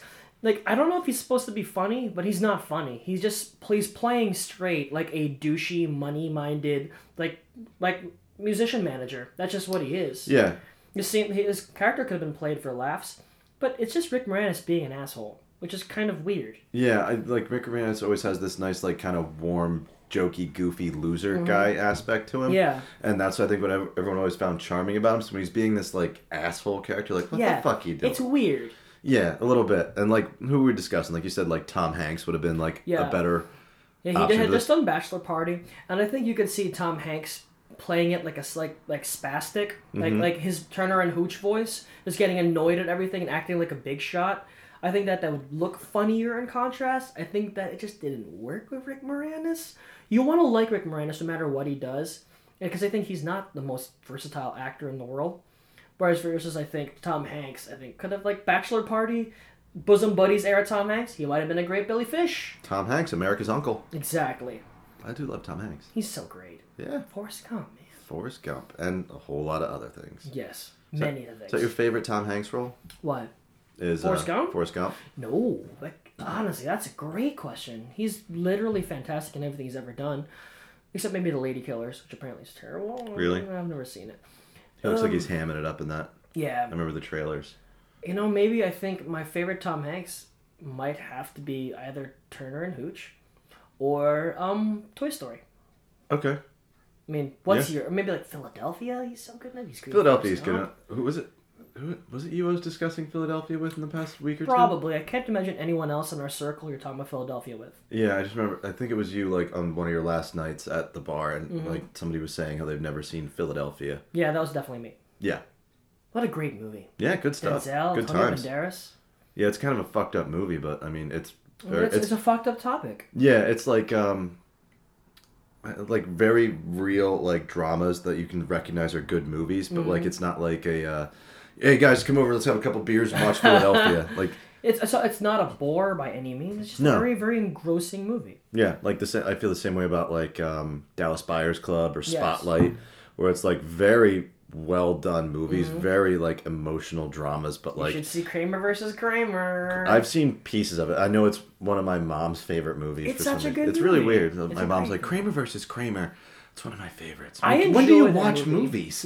[SPEAKER 2] like I don't know if he's supposed to be funny, but he's not funny. He's just he's playing straight like a douchey, money-minded like like musician manager. That's just what he is.
[SPEAKER 1] yeah,
[SPEAKER 2] You see, his character could have been played for laughs, but it's just Rick Moranis being an asshole, which is kind of weird.
[SPEAKER 1] yeah. I, like Rick Moranis always has this nice like kind of warm, jokey, goofy loser guy aspect to him.
[SPEAKER 2] Mm-hmm. Yeah.
[SPEAKER 1] and that's I think what ev- everyone always found charming about him. So when he's being this like asshole character, like what
[SPEAKER 2] yeah,
[SPEAKER 1] the fuck you doing?
[SPEAKER 2] It's weird.
[SPEAKER 1] Yeah, a little bit. And like who we were discussing, like you said, like Tom Hanks would have been like
[SPEAKER 2] Yeah.
[SPEAKER 1] a better.
[SPEAKER 2] Yeah, he
[SPEAKER 1] Option
[SPEAKER 2] did, had
[SPEAKER 1] for
[SPEAKER 2] just
[SPEAKER 1] this.
[SPEAKER 2] done Bachelor Party, and I think you could see Tom Hanks playing it like a s- like like spastic, like like his Turner and Hooch voice, just getting annoyed at everything and acting like a big shot. I think that that would look funnier in contrast. I think that it just didn't work with Rick Moranis. You want to like Rick Moranis no matter what he does, because I think he's not the most versatile actor in the world. Whereas versus I think Tom Hanks, I think could have like Bachelor Party, bosom buddies era Tom Hanks. He might have been a great Billy Fish.
[SPEAKER 1] Tom Hanks, America's uncle.
[SPEAKER 2] Exactly.
[SPEAKER 1] I do love Tom Hanks.
[SPEAKER 2] He's so great.
[SPEAKER 1] Yeah,
[SPEAKER 2] Forrest Gump, man.
[SPEAKER 1] Forrest Gump, and a whole lot of other things.
[SPEAKER 2] Yes, many of
[SPEAKER 1] Is
[SPEAKER 2] things.
[SPEAKER 1] that your favorite Tom Hanks role?
[SPEAKER 2] What?
[SPEAKER 1] Is
[SPEAKER 2] Forrest
[SPEAKER 1] uh,
[SPEAKER 2] Gump?
[SPEAKER 1] Forrest Gump.
[SPEAKER 2] No, but honestly, that's a great question. He's literally fantastic in everything he's ever done, except maybe The Lady Killers, which apparently is terrible.
[SPEAKER 1] Really?
[SPEAKER 2] I've never seen it.
[SPEAKER 1] He looks like he's
[SPEAKER 2] Um.
[SPEAKER 1] hamming it up in that.
[SPEAKER 2] Yeah,
[SPEAKER 1] I remember the trailers.
[SPEAKER 2] you know, maybe I think my favorite Tom Hanks might have to be either Turner and Hooch, or um Toy Story.
[SPEAKER 1] Okay.
[SPEAKER 2] I mean, what's
[SPEAKER 1] Yeah.
[SPEAKER 2] your maybe like Philadelphia? He's so good. in it. He's great.
[SPEAKER 1] Philadelphia's
[SPEAKER 2] Forrest
[SPEAKER 1] good.
[SPEAKER 2] Gump.
[SPEAKER 1] Who was it? Who was it you I was discussing Philadelphia with in the past week or two?
[SPEAKER 2] Probably. I can't imagine anyone else in our circle you're talking about Philadelphia with.
[SPEAKER 1] Yeah, I just remember. I think it was you, like on one of your last nights at the bar, and
[SPEAKER 2] Mm-hmm.
[SPEAKER 1] like somebody was saying how they've never seen Philadelphia.
[SPEAKER 2] Yeah, that was definitely me.
[SPEAKER 1] Yeah,
[SPEAKER 2] What a great movie.
[SPEAKER 1] yeah, good stuff.
[SPEAKER 2] Denzel,
[SPEAKER 1] good
[SPEAKER 2] Antonio
[SPEAKER 1] times.
[SPEAKER 2] Banderas.
[SPEAKER 1] Yeah, it's kind of a fucked up movie, but I mean, it's, or
[SPEAKER 2] It's,
[SPEAKER 1] it's,
[SPEAKER 2] it's a fucked up topic.
[SPEAKER 1] yeah, it's like um, like very real like dramas that you can recognize are good movies, but
[SPEAKER 2] Mm-hmm.
[SPEAKER 1] like it's not like a uh, hey guys come over let's have a couple beers and watch Philadelphia. like
[SPEAKER 2] It's so it's not a bore by any means. It's just a
[SPEAKER 1] No.
[SPEAKER 2] very very engrossing movie.
[SPEAKER 1] yeah, like the sa- I feel the same way about like um, Dallas Buyers Club or Spotlight, where it's like very well done movies, very like emotional dramas, but
[SPEAKER 2] Mm-hmm. you
[SPEAKER 1] like.
[SPEAKER 2] should see Kramer versus Kramer.
[SPEAKER 1] I've seen pieces of it. I know it's one of my mom's favorite movies.
[SPEAKER 2] It's
[SPEAKER 1] for
[SPEAKER 2] such
[SPEAKER 1] some
[SPEAKER 2] a
[SPEAKER 1] reason.
[SPEAKER 2] good
[SPEAKER 1] It's really
[SPEAKER 2] movie.
[SPEAKER 1] weird. my
[SPEAKER 2] a
[SPEAKER 1] mom's
[SPEAKER 2] great
[SPEAKER 1] like Kramer versus Kramer. It's one of my favorites.
[SPEAKER 2] I
[SPEAKER 1] Like, when do
[SPEAKER 2] enjoy
[SPEAKER 1] you
[SPEAKER 2] that
[SPEAKER 1] watch
[SPEAKER 2] movie.
[SPEAKER 1] movies?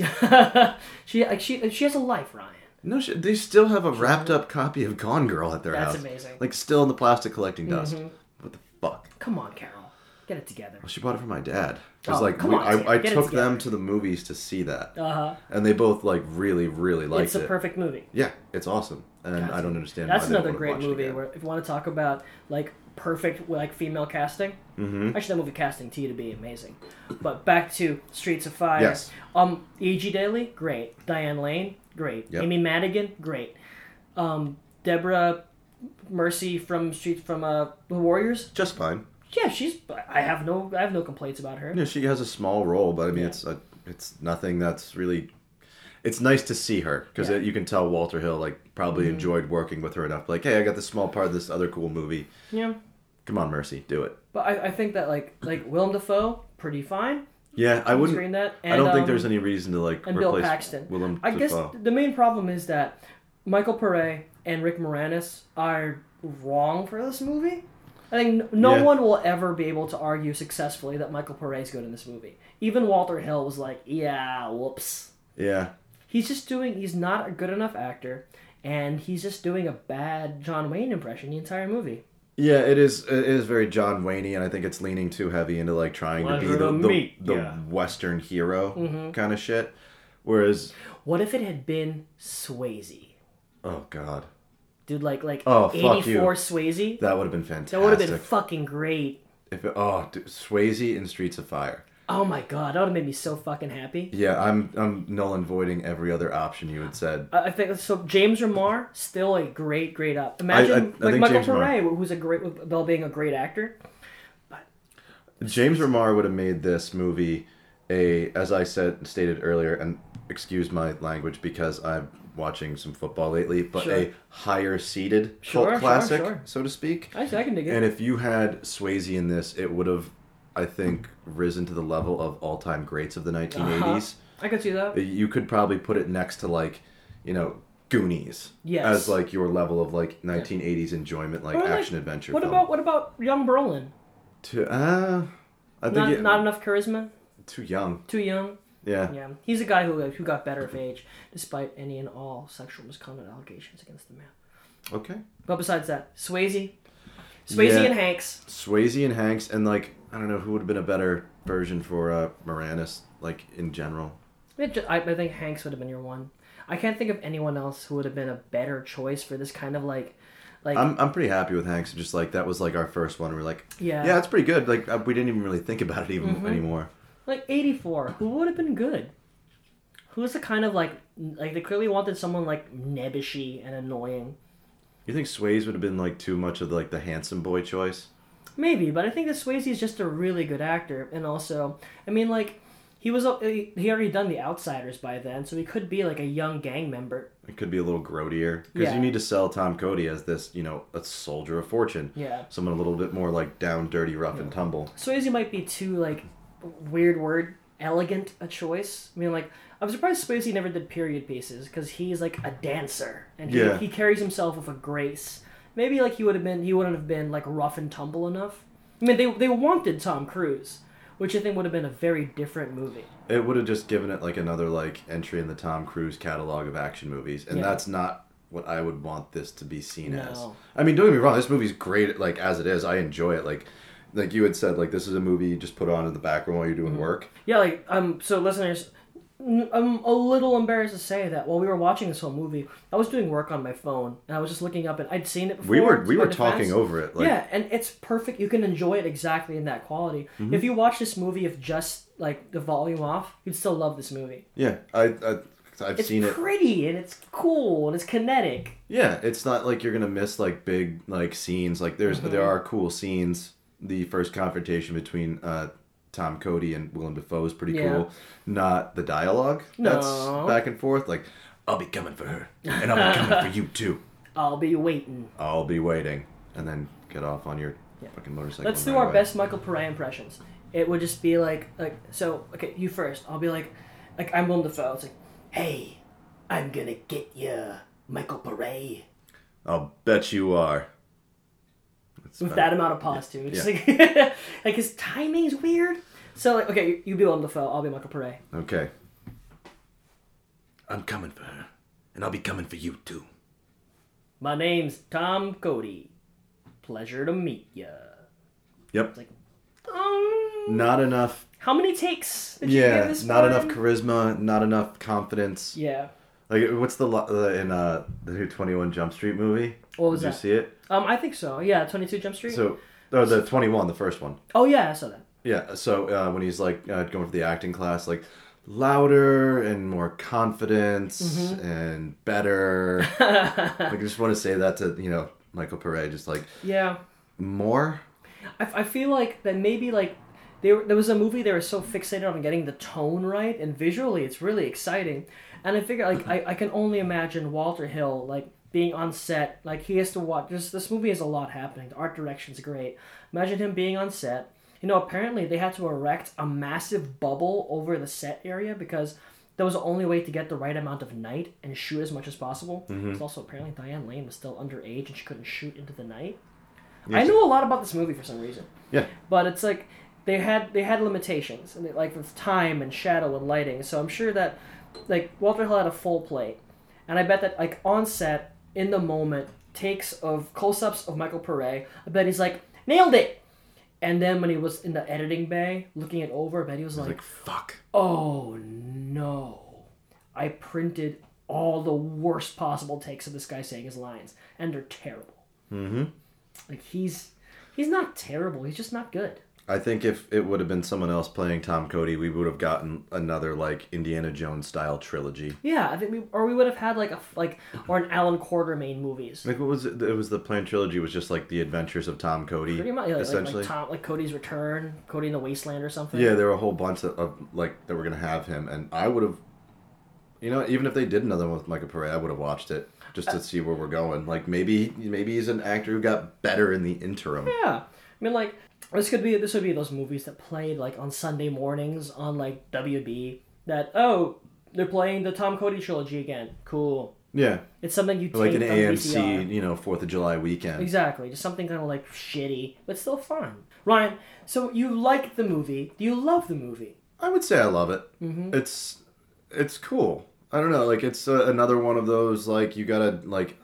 [SPEAKER 2] she like she she has a life, Ryan.
[SPEAKER 1] No, sh- they still have a wrapped up copy of Gone Girl at their
[SPEAKER 2] That's
[SPEAKER 1] house.
[SPEAKER 2] amazing. Mm-hmm.
[SPEAKER 1] Like still in the plastic collecting dust. What the fuck?
[SPEAKER 2] Come on, Carol, get it together.
[SPEAKER 1] She bought it for my dad. It was
[SPEAKER 2] Oh,
[SPEAKER 1] like
[SPEAKER 2] come
[SPEAKER 1] we-
[SPEAKER 2] on, Sam,
[SPEAKER 1] I, I
[SPEAKER 2] get it
[SPEAKER 1] took
[SPEAKER 2] together.
[SPEAKER 1] them to the movies to see that,
[SPEAKER 2] Uh-huh.
[SPEAKER 1] and they both like really, really liked
[SPEAKER 2] It's a
[SPEAKER 1] it.
[SPEAKER 2] perfect movie.
[SPEAKER 1] Yeah, it's awesome, and I don't understand.
[SPEAKER 2] That's
[SPEAKER 1] why they don't
[SPEAKER 2] another
[SPEAKER 1] wanna
[SPEAKER 2] great
[SPEAKER 1] watch it
[SPEAKER 2] movie.
[SPEAKER 1] again.
[SPEAKER 2] Where if you want to talk about like perfect like female casting,
[SPEAKER 1] Mm-hmm.
[SPEAKER 2] actually that movie casting T to be amazing. But back to Streets of Fire.
[SPEAKER 1] Yes.
[SPEAKER 2] Um, E.G. Daily, great. Diane Lane, great.
[SPEAKER 1] Yep.
[SPEAKER 2] Amy Madigan, great. Um, Deborah Mercy from Streets from uh, the Warriors.
[SPEAKER 1] just fine.
[SPEAKER 2] Yeah, she's. I have no. I have no complaints about her.
[SPEAKER 1] Yeah, she has a small role, but I mean, it's a, it's nothing that's really. It's nice to see her because
[SPEAKER 2] Yeah. Mm-hmm.
[SPEAKER 1] you can tell Walter Hill like probably enjoyed working with her enough. Like, hey, I got this small part of this other cool movie.
[SPEAKER 2] Yeah.
[SPEAKER 1] Come on, Mercy, do it.
[SPEAKER 2] But I, I think that like like Willem Dafoe, pretty fine.
[SPEAKER 1] Yeah, I wouldn't.
[SPEAKER 2] Screen that,
[SPEAKER 1] I
[SPEAKER 2] and,
[SPEAKER 1] don't
[SPEAKER 2] um,
[SPEAKER 1] think there's any reason to like
[SPEAKER 2] and
[SPEAKER 1] replace
[SPEAKER 2] Bill Paxton.
[SPEAKER 1] Willem
[SPEAKER 2] I guess
[SPEAKER 1] Dafoe.
[SPEAKER 2] the main problem is that Michael Pere and Rick Moranis are wrong for this movie. I think n- no
[SPEAKER 1] Yeah.
[SPEAKER 2] one will ever be able to argue successfully that Michael Pere is good in this movie. Even Walter Hill was like, "Yeah, whoops."
[SPEAKER 1] yeah,
[SPEAKER 2] He's just doing. He's not a good enough actor, and he's just doing a bad John Wayne impression the entire movie.
[SPEAKER 1] yeah, it is. It is very John Wayne-y, and I think it's leaning too heavy into like trying to be
[SPEAKER 2] Pleasure
[SPEAKER 1] the
[SPEAKER 2] to
[SPEAKER 1] the,
[SPEAKER 2] meet
[SPEAKER 1] the
[SPEAKER 2] ya.
[SPEAKER 1] Western hero
[SPEAKER 2] Mm-hmm.
[SPEAKER 1] kind of shit. Whereas,
[SPEAKER 2] What if it had been Swayze?
[SPEAKER 1] oh god,
[SPEAKER 2] Dude, like like
[SPEAKER 1] Oh, fuck you.
[SPEAKER 2] 84 Swayze?
[SPEAKER 1] that would have been fantastic.
[SPEAKER 2] That would have been fucking great.
[SPEAKER 1] If it, oh, dude, Swayze in Streets of Fire.
[SPEAKER 2] Oh my god, that would have made me so fucking happy.
[SPEAKER 1] Yeah, I'm I'm null and voiding every other option you had said.
[SPEAKER 2] I I think so. James Remar still a great, great up. Imagine
[SPEAKER 1] I
[SPEAKER 2] like
[SPEAKER 1] think
[SPEAKER 2] Michael
[SPEAKER 1] James Remar-
[SPEAKER 2] Pere, who's a great, well, being a great actor. Uh,
[SPEAKER 1] James Remar would have made this movie a, as I said stated earlier, and excuse my language because I'm watching some football lately, but
[SPEAKER 2] Sure.
[SPEAKER 1] a higher seated
[SPEAKER 2] Sure, sure,
[SPEAKER 1] cult classic,
[SPEAKER 2] sure.
[SPEAKER 1] so to speak.
[SPEAKER 2] I, I can dig it.
[SPEAKER 1] And if you had Swayze in this, it would have, I think, risen to the level of all time greats of the
[SPEAKER 2] Uh-huh.
[SPEAKER 1] 1980s.
[SPEAKER 2] I could see that.
[SPEAKER 1] You could probably put it next to like, you know, Goonies
[SPEAKER 2] Yes.
[SPEAKER 1] as like your level of like 1980s enjoyment, like
[SPEAKER 2] Or, like,
[SPEAKER 1] action adventure.
[SPEAKER 2] What
[SPEAKER 1] film.
[SPEAKER 2] about what about young Brolin?
[SPEAKER 1] Too, uh, I think
[SPEAKER 2] Not
[SPEAKER 1] it-
[SPEAKER 2] not enough charisma.
[SPEAKER 1] too young.
[SPEAKER 2] Too young.
[SPEAKER 1] Yeah.
[SPEAKER 2] Yeah, he's a guy who who got better of age, despite any and all sexual misconduct allegations against the man.
[SPEAKER 1] Okay.
[SPEAKER 2] But besides that, Swayze, Swayze
[SPEAKER 1] Yeah.
[SPEAKER 2] and Hanks.
[SPEAKER 1] Swayze and Hanks, and like I don't know who would have been a better version for uh, Moranis, like in general.
[SPEAKER 2] It ju- I, I think Hanks would have been your one. I can't think of anyone else who would have been a better choice for this kind of like, like
[SPEAKER 1] I'm, I'm pretty happy with Hanks. Just like that was like our first one. We're like,
[SPEAKER 2] Yeah. Mm-hmm.
[SPEAKER 1] yeah, it's pretty good. Like uh, we didn't even really think about it even anymore.
[SPEAKER 2] like eighty four. Who would have been good? Who's the kind of like like they clearly wanted someone like nebbishy and annoying.
[SPEAKER 1] You think Swayze would have been like too much of like the handsome boy choice?
[SPEAKER 2] Maybe, but I think that Swayze is just a really good actor, and also, I mean, like he was a- he already done The Outsiders by then, so he could be like a young gang member.
[SPEAKER 1] It could be a little grodier because
[SPEAKER 2] Yeah.
[SPEAKER 1] you need to sell Tom Cody as this, you know, a soldier of fortune.
[SPEAKER 2] Yeah.
[SPEAKER 1] someone a little bit more like down, dirty, rough and tumble.
[SPEAKER 2] Swayze might be too like weird word elegant a choice. I mean, like I'm surprised Swayze never did period pieces because he's like a dancer and he,
[SPEAKER 1] Yeah.
[SPEAKER 2] he carries himself with a grace. Maybe like he would have been he wouldn't have been like rough and tumble enough. I mean, they they wanted Tom Cruise, which I think would have been a very different movie.
[SPEAKER 1] It would have just given it like another like entry in the Tom Cruise catalog of action movies, and
[SPEAKER 2] Yeah.
[SPEAKER 1] that's not what I would want this to be seen as.
[SPEAKER 2] No.
[SPEAKER 1] I mean, don't get me wrong, this movie's great like as it is. I enjoy it. Like, like you had said, like this is a movie you just put on in the background while you're doing
[SPEAKER 2] Mm-hmm.
[SPEAKER 1] work.
[SPEAKER 2] Yeah, like um. So listeners, n- I'm a little embarrassed to say that while we were watching this whole movie, I was doing work on my phone and I was just looking up and I'd seen it before.
[SPEAKER 1] We were
[SPEAKER 2] to
[SPEAKER 1] we
[SPEAKER 2] my
[SPEAKER 1] were
[SPEAKER 2] defense.
[SPEAKER 1] talking over it. Like,
[SPEAKER 2] yeah, and it's perfect. You can enjoy it exactly in that quality.
[SPEAKER 1] Mm-hmm.
[SPEAKER 2] If you watch this movie with just like the volume off, you'd still love this movie.
[SPEAKER 1] yeah, I, I I've
[SPEAKER 2] It's
[SPEAKER 1] seen it.
[SPEAKER 2] pretty and it's cool and it's kinetic.
[SPEAKER 1] Yeah, it's not like you're gonna miss like big like scenes. Like there's
[SPEAKER 2] Mm-hmm.
[SPEAKER 1] there are cool scenes. The first confrontation between uh, Tom Cody and Willem Dafoe is pretty
[SPEAKER 2] Yeah.
[SPEAKER 1] cool. Not the dialogue
[SPEAKER 2] No.
[SPEAKER 1] that's back and forth. Like I'll be coming for her, and I'll be coming for you too.
[SPEAKER 2] I'll be waiting.
[SPEAKER 1] I'll be waiting, and then get off on your fucking motorcycle.
[SPEAKER 2] Let's
[SPEAKER 1] and
[SPEAKER 2] do
[SPEAKER 1] ride
[SPEAKER 2] our
[SPEAKER 1] away.
[SPEAKER 2] best Michael Pare impressions. It would just be like, like so. Okay, you first. I'll be like, like I'm Willem Dafoe. It's like, hey, I'm gonna get you, Michael Pare.
[SPEAKER 1] I'll bet you are. That's
[SPEAKER 2] With
[SPEAKER 1] about
[SPEAKER 2] that
[SPEAKER 1] it.
[SPEAKER 2] amount of pause too. It's
[SPEAKER 1] Yeah.
[SPEAKER 2] just like, like his timing's weird. So like, okay, you be Willem Dafoe. I'll be Michael Pare.
[SPEAKER 1] Okay.
[SPEAKER 5] I'm coming for her, and I'll be coming for you too.
[SPEAKER 2] My name's Tom Cody. Pleasure to meet ya.
[SPEAKER 1] Yep.
[SPEAKER 2] like- Um,
[SPEAKER 1] Not enough.
[SPEAKER 2] how many takes? Did you give
[SPEAKER 1] Yeah.
[SPEAKER 2] this
[SPEAKER 1] Not
[SPEAKER 2] one?
[SPEAKER 1] enough charisma. Not enough confidence.
[SPEAKER 2] Yeah.
[SPEAKER 1] Like, what's the lo- uh, in uh the new Twenty One Jump Street movie?
[SPEAKER 2] What was
[SPEAKER 1] Did
[SPEAKER 2] that?
[SPEAKER 1] you see it?
[SPEAKER 2] Um, I think so. Yeah, Twenty Two Jump Street.
[SPEAKER 1] So, or the Twenty One, the first one.
[SPEAKER 2] oh yeah, I saw that.
[SPEAKER 1] Yeah. So uh, when he's like uh, going for the acting class, like louder and more confidence
[SPEAKER 2] Mm-hmm.
[SPEAKER 1] and better. like, I just want to say that to you know Michael Pere, just like
[SPEAKER 2] Yeah.
[SPEAKER 1] more.
[SPEAKER 2] I, I feel like that maybe like they were, there was a movie they were so fixated on getting the tone right and visually it's really exciting and i figure like I, I can only imagine walter hill like being on set. Like he has to watch. This this movie has a lot happening. The art direction's great. Imagine him being on set. You know, apparently they had to erect a massive bubble over the set area because that was the only way to get the right amount of night and shoot as much as possible. It's also apparently Diane Lane was still underage and she couldn't shoot into the night. I know a lot about this movie for some reason
[SPEAKER 1] Yeah.
[SPEAKER 2] but it's like they had they had limitations and it, like with time and shadow and lighting so i'm sure that like walter hill had a full plate and i bet that like on set in the moment takes of close-ups of michael Pare, i bet he's like nailed it and then when he was in the editing bay looking it over i bet he was like
[SPEAKER 1] Like fuck.
[SPEAKER 2] oh no i printed all the worst possible takes of this guy saying his lines and they're terrible mm-hmm. like he's he's not terrible he's just not good
[SPEAKER 1] I think if it would have been someone else playing Tom Cody, we would have gotten another like Indiana Jones style trilogy.
[SPEAKER 2] Yeah, I think we or we would have had like a f- like or an Alan Quartermain movies.
[SPEAKER 1] Like what was it? It was the plan trilogy was just like the adventures of Tom Cody,
[SPEAKER 2] Pretty much, yeah, like, like,
[SPEAKER 1] essentially.
[SPEAKER 2] like Tom, like Cody's Return, Cody in the Wasteland or something.
[SPEAKER 1] yeah, there were a whole bunch of, of like that were gonna have him, and I would have, you know, even if they did another one with Michael Pare, I would have watched it just
[SPEAKER 2] Uh,
[SPEAKER 1] to see where we're going. Like maybe maybe he's an actor who got better in the interim.
[SPEAKER 2] Yeah. I mean, like this could be this would be those movies that played like on Sunday mornings on like WB. That oh, they're playing the Tom Cody trilogy again. Cool.
[SPEAKER 1] Yeah,
[SPEAKER 2] It's something you take
[SPEAKER 1] like an
[SPEAKER 2] on
[SPEAKER 1] AMC,
[SPEAKER 2] VCR.
[SPEAKER 1] you know, Fourth of July weekend.
[SPEAKER 2] Exactly, just something kind of like shitty, but still fun. Ryan, so you like the movie? Do you love the movie?
[SPEAKER 1] I would say I love it.
[SPEAKER 2] Mm-hmm.
[SPEAKER 1] It's it's cool. I don't know, like it's uh, another one of those like you gotta like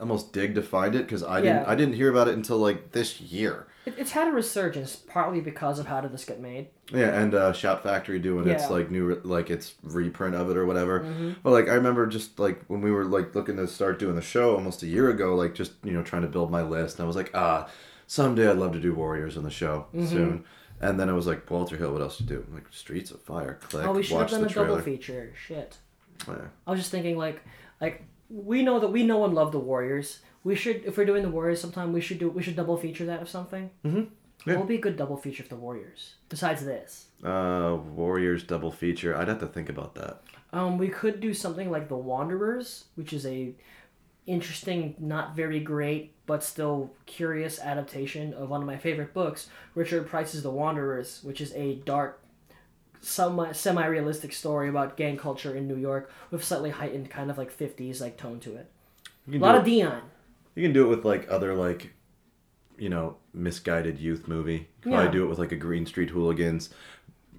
[SPEAKER 1] almost dig to find it because I didn't
[SPEAKER 2] Yeah.
[SPEAKER 1] I didn't hear about it until like this year.
[SPEAKER 2] It, it's had a resurgence partly because of how did this get made.
[SPEAKER 1] Yeah, and uh, Shop Factory doing its
[SPEAKER 2] Yeah. Mm-hmm.
[SPEAKER 1] like new re- like its reprint of it or whatever. But like I remember just like when we were like looking to start doing the show almost a year ago, like just you know trying to build my list, and I was like, ah, someday I'd love to do Warriors on the show
[SPEAKER 2] Mm-hmm.
[SPEAKER 1] soon. And then I was like, Walter Hill, what else to do? I'm like Streets of Fire, click.
[SPEAKER 2] Oh, we should have
[SPEAKER 1] watch
[SPEAKER 2] done
[SPEAKER 1] the
[SPEAKER 2] a double
[SPEAKER 1] trailer.
[SPEAKER 2] feature. Shit.
[SPEAKER 1] Yeah.
[SPEAKER 2] I was just thinking like like we know that we know and love the Warriors. We should if we're doing the Warriors sometime we should do we should double feature that of something. Mm-hmm.
[SPEAKER 1] Yeah.
[SPEAKER 2] What would be a good double feature of the Warriors? Besides this.
[SPEAKER 1] Uh, Warriors double feature. I'd have to think about that.
[SPEAKER 2] Um we could do something like the Wanderers, which is a interesting, not very great, but still curious adaptation of one of my favorite books, Richard Price's The Wanderers, which is a dark semi semi realistic story about gang culture in New York with slightly heightened kind of like fifties like tone to it.
[SPEAKER 1] You can,
[SPEAKER 2] A lot
[SPEAKER 1] do
[SPEAKER 2] of
[SPEAKER 1] it,
[SPEAKER 2] Dion.
[SPEAKER 1] you can do it with like other like, you know, misguided youth movie. Could Probably
[SPEAKER 2] Yeah.
[SPEAKER 1] do it with like a Green Street Hooligans.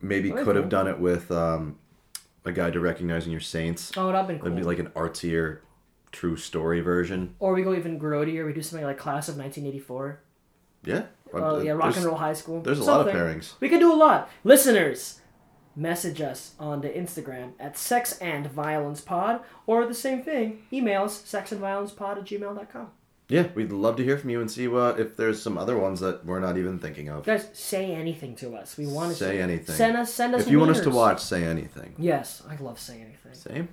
[SPEAKER 1] Maybe
[SPEAKER 2] That'd be
[SPEAKER 1] could have
[SPEAKER 2] cool.
[SPEAKER 1] done it with um, a guide to recognizing your saints.
[SPEAKER 2] Oh, that'd been cool.
[SPEAKER 1] That'd be like an artsier, true story version.
[SPEAKER 2] or we go even grodier. We do something like Class of 1984.
[SPEAKER 1] Yeah.
[SPEAKER 2] Oh yeah, Rock and
[SPEAKER 1] There's-
[SPEAKER 2] Roll High School.
[SPEAKER 1] There's a lot
[SPEAKER 2] Something.
[SPEAKER 1] of pairings.
[SPEAKER 2] We could do a lot. Listeners, message us on the Instagram at Sex and Violence Pod, or the same thing, email us sexandviolencepod at gmail.com.
[SPEAKER 1] Yeah, we'd love to hear from you and see uh, if there's some other ones that we're not even thinking of.
[SPEAKER 2] Guys, say anything to us. We want to
[SPEAKER 1] Say anything.
[SPEAKER 2] Send us. Send us.
[SPEAKER 1] If you want us to
[SPEAKER 2] wieners.
[SPEAKER 1] watch, say anything.
[SPEAKER 2] Yes, I love say anything.
[SPEAKER 1] Same.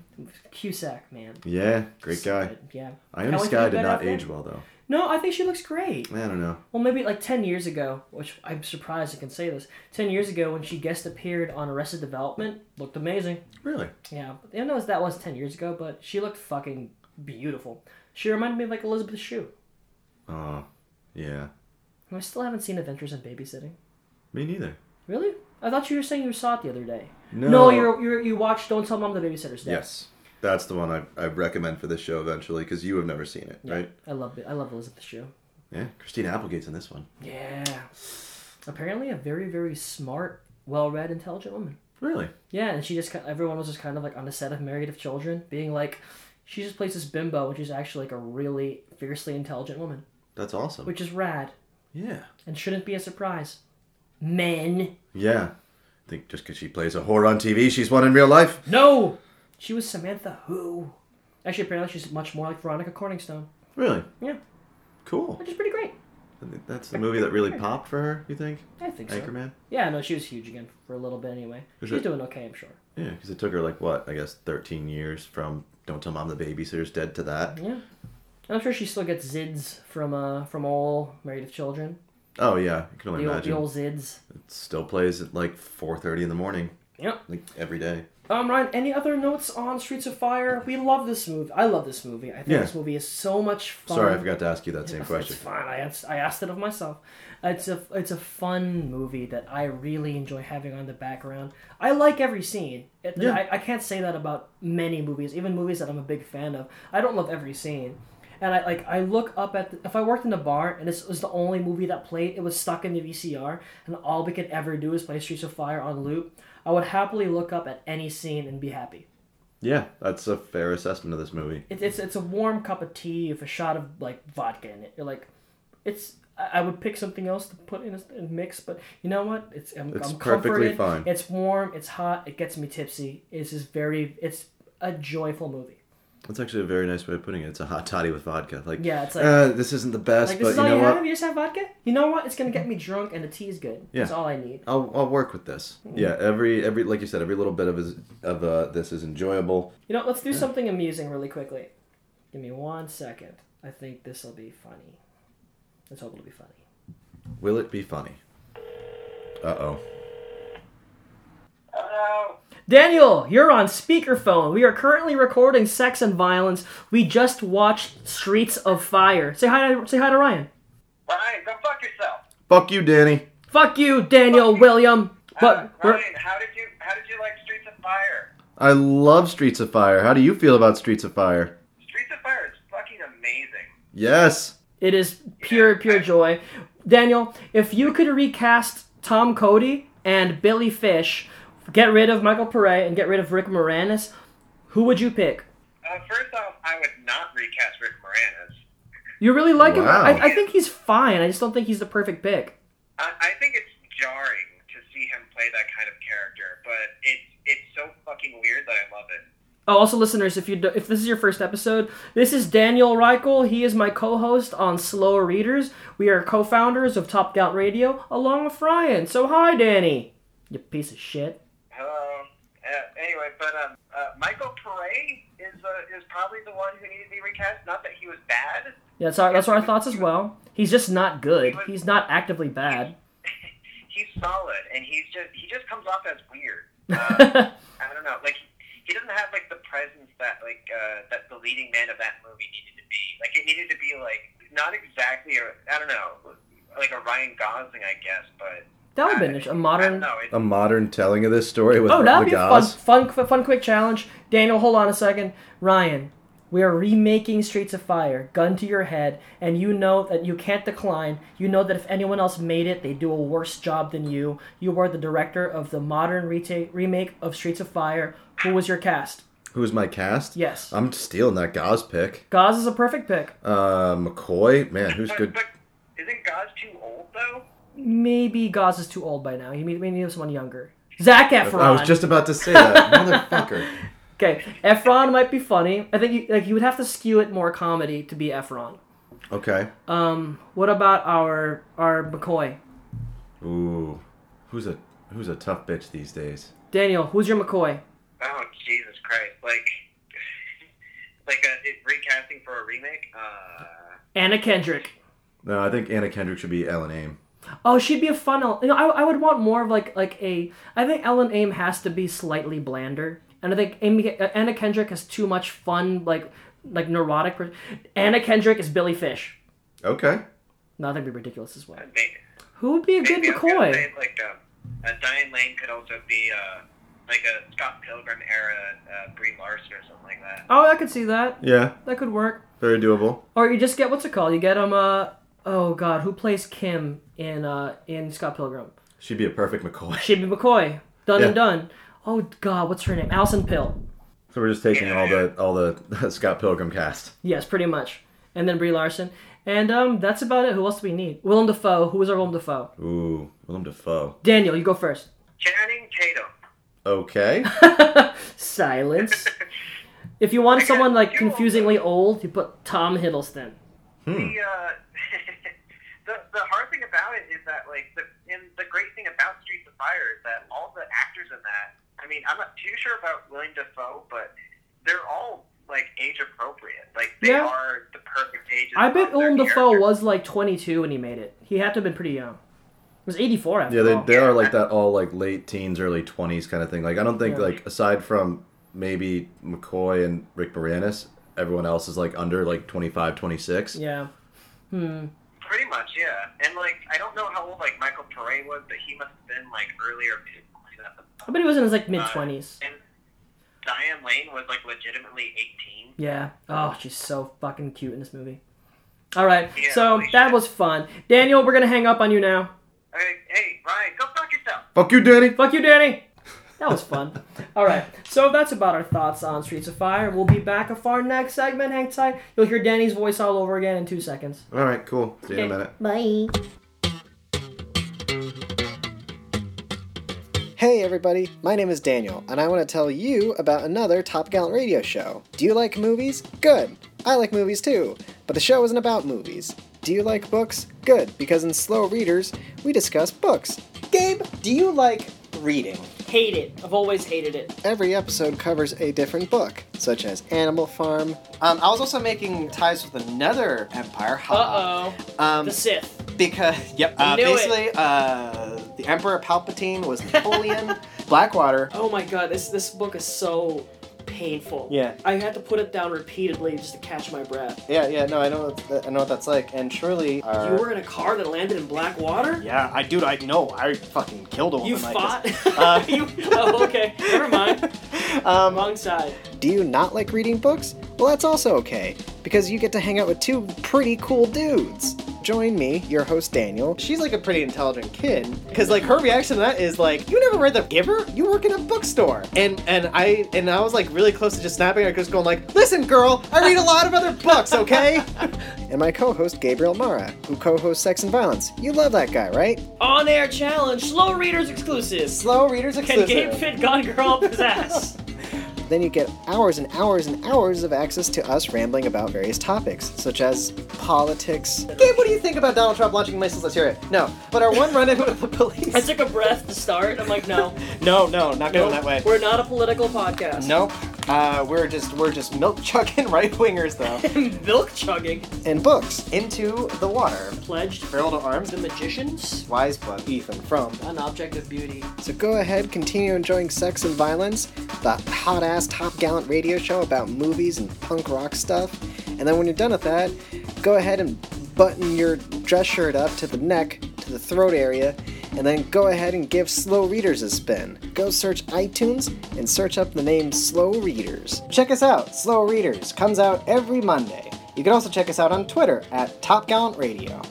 [SPEAKER 2] Cusack, man.
[SPEAKER 1] Yeah, great guy.
[SPEAKER 2] Yeah.
[SPEAKER 1] Iona
[SPEAKER 2] Ellen
[SPEAKER 1] Sky
[SPEAKER 2] Fayed
[SPEAKER 1] did
[SPEAKER 2] Ben
[SPEAKER 1] not
[SPEAKER 2] Affleck?
[SPEAKER 1] age well though.
[SPEAKER 2] No, I think she looks great.
[SPEAKER 1] I don't know.
[SPEAKER 2] Well, maybe like 10 years ago, which I'm surprised I can say this. 10 years ago, when she guest appeared on Arrested Development, looked amazing.
[SPEAKER 1] Really?
[SPEAKER 2] Yeah, I know that was 10 years ago, but she looked fucking beautiful. She reminded me of like Elizabeth Shue.
[SPEAKER 1] Oh, yeah.
[SPEAKER 2] And I still haven't seen Adventures in Babysitting.
[SPEAKER 1] Me neither.
[SPEAKER 2] Really? I thought you were saying you saw it the other day.
[SPEAKER 1] No.
[SPEAKER 2] you're, you're, you watched Don't Tell Mom the Babysitter's Dead.
[SPEAKER 1] Yes, that's the one I, I recommend for this show eventually because you have never seen it,
[SPEAKER 2] Yeah,
[SPEAKER 1] right?
[SPEAKER 2] I love it. I love Elizabeth Shue.
[SPEAKER 1] Yeah. Christine Applegate's in this one.
[SPEAKER 2] Yeah. Apparently, a very, very smart, well read, intelligent woman.
[SPEAKER 1] Really?
[SPEAKER 2] Yeah, and she just ki- everyone was just kind of like on the set of Married of Children, being like, she just plays this bimbo, and she's actually like a really fiercely intelligent woman,
[SPEAKER 1] That's awesome.
[SPEAKER 2] which is rad
[SPEAKER 1] Yeah.
[SPEAKER 2] and shouldn't be a surprise. Men,
[SPEAKER 1] Yeah. I think just because she plays a whore on TV, she's one in real life.
[SPEAKER 2] no, she was Samantha Who. Actually, apparently she's much more like Veronica Corningstone,
[SPEAKER 1] Really?
[SPEAKER 2] Yeah.
[SPEAKER 1] Cool.
[SPEAKER 2] which is pretty great.
[SPEAKER 1] I think That's the movie that really popped for her. You think?
[SPEAKER 2] I think so.
[SPEAKER 1] Anchorman.
[SPEAKER 2] Yeah, no, she was huge again for a little bit anyway.
[SPEAKER 1] Is
[SPEAKER 2] she's
[SPEAKER 1] it-
[SPEAKER 2] doing okay, I'm sure.
[SPEAKER 1] Yeah, because it took her like what I guess thirteen years from Don't Tell Mom the Babysitter's Dead to that.
[SPEAKER 2] Yeah, and I'm sure she still gets zids from uh from all Married of Children.
[SPEAKER 1] Oh yeah, I can only
[SPEAKER 2] The old,
[SPEAKER 1] imagine.
[SPEAKER 2] the old zids.
[SPEAKER 1] Still plays at like four thirty in the morning,
[SPEAKER 2] Yep.
[SPEAKER 1] like every day.
[SPEAKER 2] Um, Ryan, any other notes on Streets of Fire? We love this movie. I love this movie. I think
[SPEAKER 1] Yeah.
[SPEAKER 2] this movie is so much fun.
[SPEAKER 1] Sorry, I forgot to ask you that same
[SPEAKER 2] It's-
[SPEAKER 1] question.
[SPEAKER 2] It's fine. I asked, I asked it of myself. It's a it's a fun movie that I really enjoy having on the background. I like every scene. It,
[SPEAKER 1] Yeah.
[SPEAKER 2] I, I can't say that about many movies, even movies that I'm a big fan of. I don't love every scene. And I like I look up at the, if I worked in a bar and this was the only movie that played, it was stuck in the VCR, and all we could ever do is play Streets of Fire on loop. I would happily look up at any scene and be happy.
[SPEAKER 1] Yeah, that's a fair assessment of this movie.
[SPEAKER 2] It's it's it's a warm cup of tea with a shot of like vodka in it. You're like, it's. I I would pick something else to put in a, a mix, but you know what? It's I'm,
[SPEAKER 1] It's
[SPEAKER 2] I'm
[SPEAKER 1] perfectly
[SPEAKER 2] comforted.
[SPEAKER 1] fine.
[SPEAKER 2] It's warm. It's hot. It gets me tipsy. It's just very. It's a joyful movie.
[SPEAKER 1] That's actually a very nice way of putting it. It's a hot toddy with vodka. Like,
[SPEAKER 2] Yeah, it's like-
[SPEAKER 1] uh, this isn't the best,
[SPEAKER 2] Like this
[SPEAKER 1] but
[SPEAKER 2] is
[SPEAKER 1] you
[SPEAKER 2] all
[SPEAKER 1] know
[SPEAKER 2] you
[SPEAKER 1] what?
[SPEAKER 2] have. You just have vodka. You know what? It's gonna get me drunk, and the tea is good.
[SPEAKER 1] Yeah.
[SPEAKER 2] That's all I need.
[SPEAKER 1] I'll, I'll work with this.
[SPEAKER 2] Mm.
[SPEAKER 1] Yeah, every every like you said, every little bit of is, of uh, this is enjoyable.
[SPEAKER 2] You know, let's do something amusing really quickly. Give me one second. I think this will be funny. Let's hope it'll be funny.
[SPEAKER 1] Will it be funny? Uh oh.
[SPEAKER 2] Daniel, you're on speakerphone. We are currently recording Sex and Violence. We just watched Streets of Fire. Say hi to, say hi to Ryan.
[SPEAKER 8] Ryan, go fuck yourself.
[SPEAKER 1] Fuck you, Danny.
[SPEAKER 2] Fuck you, Daniel William. But
[SPEAKER 8] uh,
[SPEAKER 2] we're-
[SPEAKER 8] Ryan, how did you how did you like Streets of Fire?
[SPEAKER 1] I love Streets of Fire. How do you feel about Streets of Fire?
[SPEAKER 8] Streets of Fire is fucking amazing.
[SPEAKER 1] Yes.
[SPEAKER 2] it is pure, pure joy. Daniel, if you could recast Tom Cody and Billy Fish, get rid of Michael Pere and get rid of Rick Moranis, who would you pick?
[SPEAKER 8] Uh, first off, I would not recast Rick Moranis.
[SPEAKER 2] You really like him?
[SPEAKER 1] Wow.
[SPEAKER 2] I, I think he's fine. I just don't think he's the perfect pick.
[SPEAKER 8] I, I think it's jarring to see him play that kind of character, but it's it's so fucking weird that I love it.
[SPEAKER 2] Oh, also, listeners, if you do, if this is your first episode, this is Daniel Reichel. He is my co-host on Slow Readers. We are co-founders of Top Gout Radio, along with Ryan. So, hi, Danny. You piece of shit.
[SPEAKER 8] Hello. Uh, anyway, but um, uh, Michael Pere is uh, is probably the one who needed to be recast. Not that he was bad.
[SPEAKER 2] Yeah, that's our, that's our thoughts as well. He's just not good. He's not actively bad.
[SPEAKER 8] he's solid, and he's just he just comes off as weird. Uh, I don't know, like he doesn't have like the presence that like uh, that the leading man of that movie needed to be. Like it needed to be like not exactly a I don't know like a Ryan Gosling, I guess, but
[SPEAKER 2] That would have been a modern.
[SPEAKER 8] No, it,
[SPEAKER 1] A modern telling of this story with
[SPEAKER 2] Oh,
[SPEAKER 1] the
[SPEAKER 2] that'd be a fun,
[SPEAKER 1] Gauze.
[SPEAKER 2] fun, qu- fun, quick challenge. Daniel, hold on a second. Ryan, we are remaking Streets of Fire, gun to your head, and you know that you can't decline. You know that if anyone else made it, they do a worse job than you. You are the director of the modern retake, remake of Streets of Fire. Who was your cast?
[SPEAKER 1] Who's my cast?
[SPEAKER 2] Yes.
[SPEAKER 1] I'm stealing that Gauze pick.
[SPEAKER 2] Gauze is a perfect pick.
[SPEAKER 1] Uh, McCoy, man, who's
[SPEAKER 8] but,
[SPEAKER 1] good?
[SPEAKER 8] but isn't Gauze too old though?
[SPEAKER 2] Maybe Gauze is too old by now. You may, may need someone younger. Zach Efron.
[SPEAKER 1] I was just about to say that, motherfucker.
[SPEAKER 2] okay. Efron might be funny. I think you, like you would have to skew it more comedy to be Efron.
[SPEAKER 1] Okay.
[SPEAKER 2] What about our our McCoy?
[SPEAKER 1] Ooh, who's a who's a tough bitch these days?
[SPEAKER 2] Daniel, who's your McCoy?
[SPEAKER 8] Oh Jesus Christ! Like like a, it, recasting for a remake. Uh,
[SPEAKER 2] Anna Kendrick.
[SPEAKER 1] No, I think Anna Kendrick should be Ellen Aim.
[SPEAKER 2] Oh, she'd be a fun. El- You know, I, I would want more of like like a. I think Ellen Aim has to be slightly blander, and I think Amy, uh, Anna Kendrick has too much fun like like neurotic. Per- Anna Kendrick is Billy Fish.
[SPEAKER 1] Okay.
[SPEAKER 2] No, that'd be ridiculous as well.
[SPEAKER 8] maybe-
[SPEAKER 2] Who would be a good
[SPEAKER 8] Maybe I was gonna
[SPEAKER 2] McCoy?
[SPEAKER 8] say, like uh, uh, Diane Lane could also be uh, like a Scott Pilgrim era uh, Brie Larson or something like that.
[SPEAKER 2] Oh, I could see that.
[SPEAKER 1] Yeah,
[SPEAKER 2] That could work.
[SPEAKER 1] very doable.
[SPEAKER 2] Or you just get what's it called? You get um uh oh god, who plays Kim in uh in Scott Pilgrim?
[SPEAKER 1] She'd be a perfect McCoy.
[SPEAKER 2] She'd be McCoy. Done
[SPEAKER 1] Yeah.
[SPEAKER 2] and done. Oh god, what's her name? Allison Pill.
[SPEAKER 1] So we're just taking all the all the Scott Pilgrim cast.
[SPEAKER 2] Yes, pretty much. And then Brie Larson. And um, that's about it. Who else do we need? Willem Dafoe. Who is our Willem Dafoe?
[SPEAKER 1] Ooh, Willem Dafoe.
[SPEAKER 2] Daniel, you go first.
[SPEAKER 8] Channing Tatum.
[SPEAKER 1] Okay.
[SPEAKER 2] Silence. if you want someone like confusingly old, you put Tom Hiddleston. Hmm.
[SPEAKER 8] The, uh, the the hard thing about it is that like the and the great thing about Streets of Fire is that all the actors in that. I mean, I'm not too sure about William Defoe, but they're all like age appropriate. Like they
[SPEAKER 2] Yeah.
[SPEAKER 8] are the perfect age.
[SPEAKER 2] I bet Willem Dafoe
[SPEAKER 8] was.
[SPEAKER 2] was like 22 when he made it. He had to have been pretty young. was 84 after
[SPEAKER 1] Yeah, they,
[SPEAKER 2] all.
[SPEAKER 1] they are like that all like late teens, early twenties kind of thing. Like I don't think
[SPEAKER 2] Yeah.
[SPEAKER 1] like aside from maybe McCoy and Rick Moranis, everyone else is like under like 25, 26.
[SPEAKER 2] yeah.
[SPEAKER 8] Pretty much, yeah. And like, I don't know how old like Michael Pere was, but he must have been like earlier. mid-
[SPEAKER 2] I bet he was in his like mid
[SPEAKER 8] Uh,
[SPEAKER 2] 20s.
[SPEAKER 8] And Diane Lane was like legitimately 18.
[SPEAKER 2] Yeah. Oh, she's so fucking cute in this movie. All right.
[SPEAKER 8] Yeah,
[SPEAKER 2] so
[SPEAKER 8] holy
[SPEAKER 2] that
[SPEAKER 8] shit.
[SPEAKER 2] was fun. Daniel, we're going to hang up on you now.
[SPEAKER 8] Okay, hey Ryan, go fuck yourself.
[SPEAKER 1] Fuck you, Danny.
[SPEAKER 2] Fuck you, Danny. That was fun. All right. So that's about our thoughts on Streets of Fire. We'll be back with our next segment. Hang tight. You'll hear Danny's voice all over again in two seconds.
[SPEAKER 1] All right, cool. See you in a minute.
[SPEAKER 2] Bye.
[SPEAKER 9] Hey everybody, my name is Daniel, and I want to tell you about another Top Gallant radio show. Do you like movies? Good! I like movies too, but the show isn't about movies. Do you like books? Good, because in Slow Readers, we discuss books. Gabe, do you like reading?
[SPEAKER 2] Hate it. I've always hated it.
[SPEAKER 9] Every episode covers a different book, such as Animal Farm. Um, I was also making ties with another empire.
[SPEAKER 2] Uh oh.
[SPEAKER 9] Um,
[SPEAKER 2] The Sith.
[SPEAKER 9] because yep,
[SPEAKER 2] I
[SPEAKER 9] uh,
[SPEAKER 2] knew it.
[SPEAKER 9] basically, uh, the Emperor Palpatine was Napoleon. Blackwater.
[SPEAKER 2] Oh my god, this this book is so painful.
[SPEAKER 9] Yeah.
[SPEAKER 2] I had to put it down repeatedly just to catch my breath.
[SPEAKER 9] Yeah, yeah, no, I know, what th- I know what that's like. And surely, uh,
[SPEAKER 2] You were in a car that landed in black water?
[SPEAKER 9] Yeah, I dude, I know, I fucking killed a woman.
[SPEAKER 2] You
[SPEAKER 9] like
[SPEAKER 2] fought?
[SPEAKER 9] this. Uh,
[SPEAKER 2] You- oh, okay. Never mind.
[SPEAKER 9] Um,
[SPEAKER 2] Wrong side.
[SPEAKER 9] do you not like reading books? Well, that's also okay, because you get to hang out with two pretty cool dudes. Join me, your host Daniel. She's like a pretty intelligent kid, because like her reaction to that is like, "You never read The Giver? You work in a bookstore." And and I and I was like really close to just snapping. I was just going like, "Listen, girl, I read a lot of other books, okay?" and my co-host Gabriel Mara, who co-hosts Sex and Violence. You love that guy, right?
[SPEAKER 2] On air challenge, slow readers exclusive.
[SPEAKER 9] Slow readers
[SPEAKER 2] Can
[SPEAKER 9] exclusive.
[SPEAKER 2] Gabe fit Gone Girl up his ass?
[SPEAKER 9] Then you get hours and hours and hours of access to us rambling about various topics, such as politics. Gabe, what do you think about Donald Trump launching missiles? Let's hear it. No, but our one run-in with the police.
[SPEAKER 2] I took a breath to start. I'm like, no.
[SPEAKER 9] no, no, not
[SPEAKER 2] no
[SPEAKER 9] going that way.
[SPEAKER 2] We're not a political podcast.
[SPEAKER 9] Nope. Uh, we're just we're just milk chugging right wingers though.
[SPEAKER 2] Milk chugging.
[SPEAKER 9] and books into the water.
[SPEAKER 2] Pledged.
[SPEAKER 9] Barrel to arms.
[SPEAKER 2] The Magicians.
[SPEAKER 9] Wise book. Ethan from.
[SPEAKER 2] An object of beauty.
[SPEAKER 9] So go ahead, continue enjoying Sex and Violence, the hot ass Top Gallant radio show about movies and punk rock stuff. And then when you're done with that, go ahead and button your dress shirt up to the neck, to the throat area, and then go ahead and give Slow Readers a spin. Go search iTunes and search up the name Slow Readers. Check us out, Slow Readers comes out every Monday. You can also check us out on Twitter at Top Gallant Radio.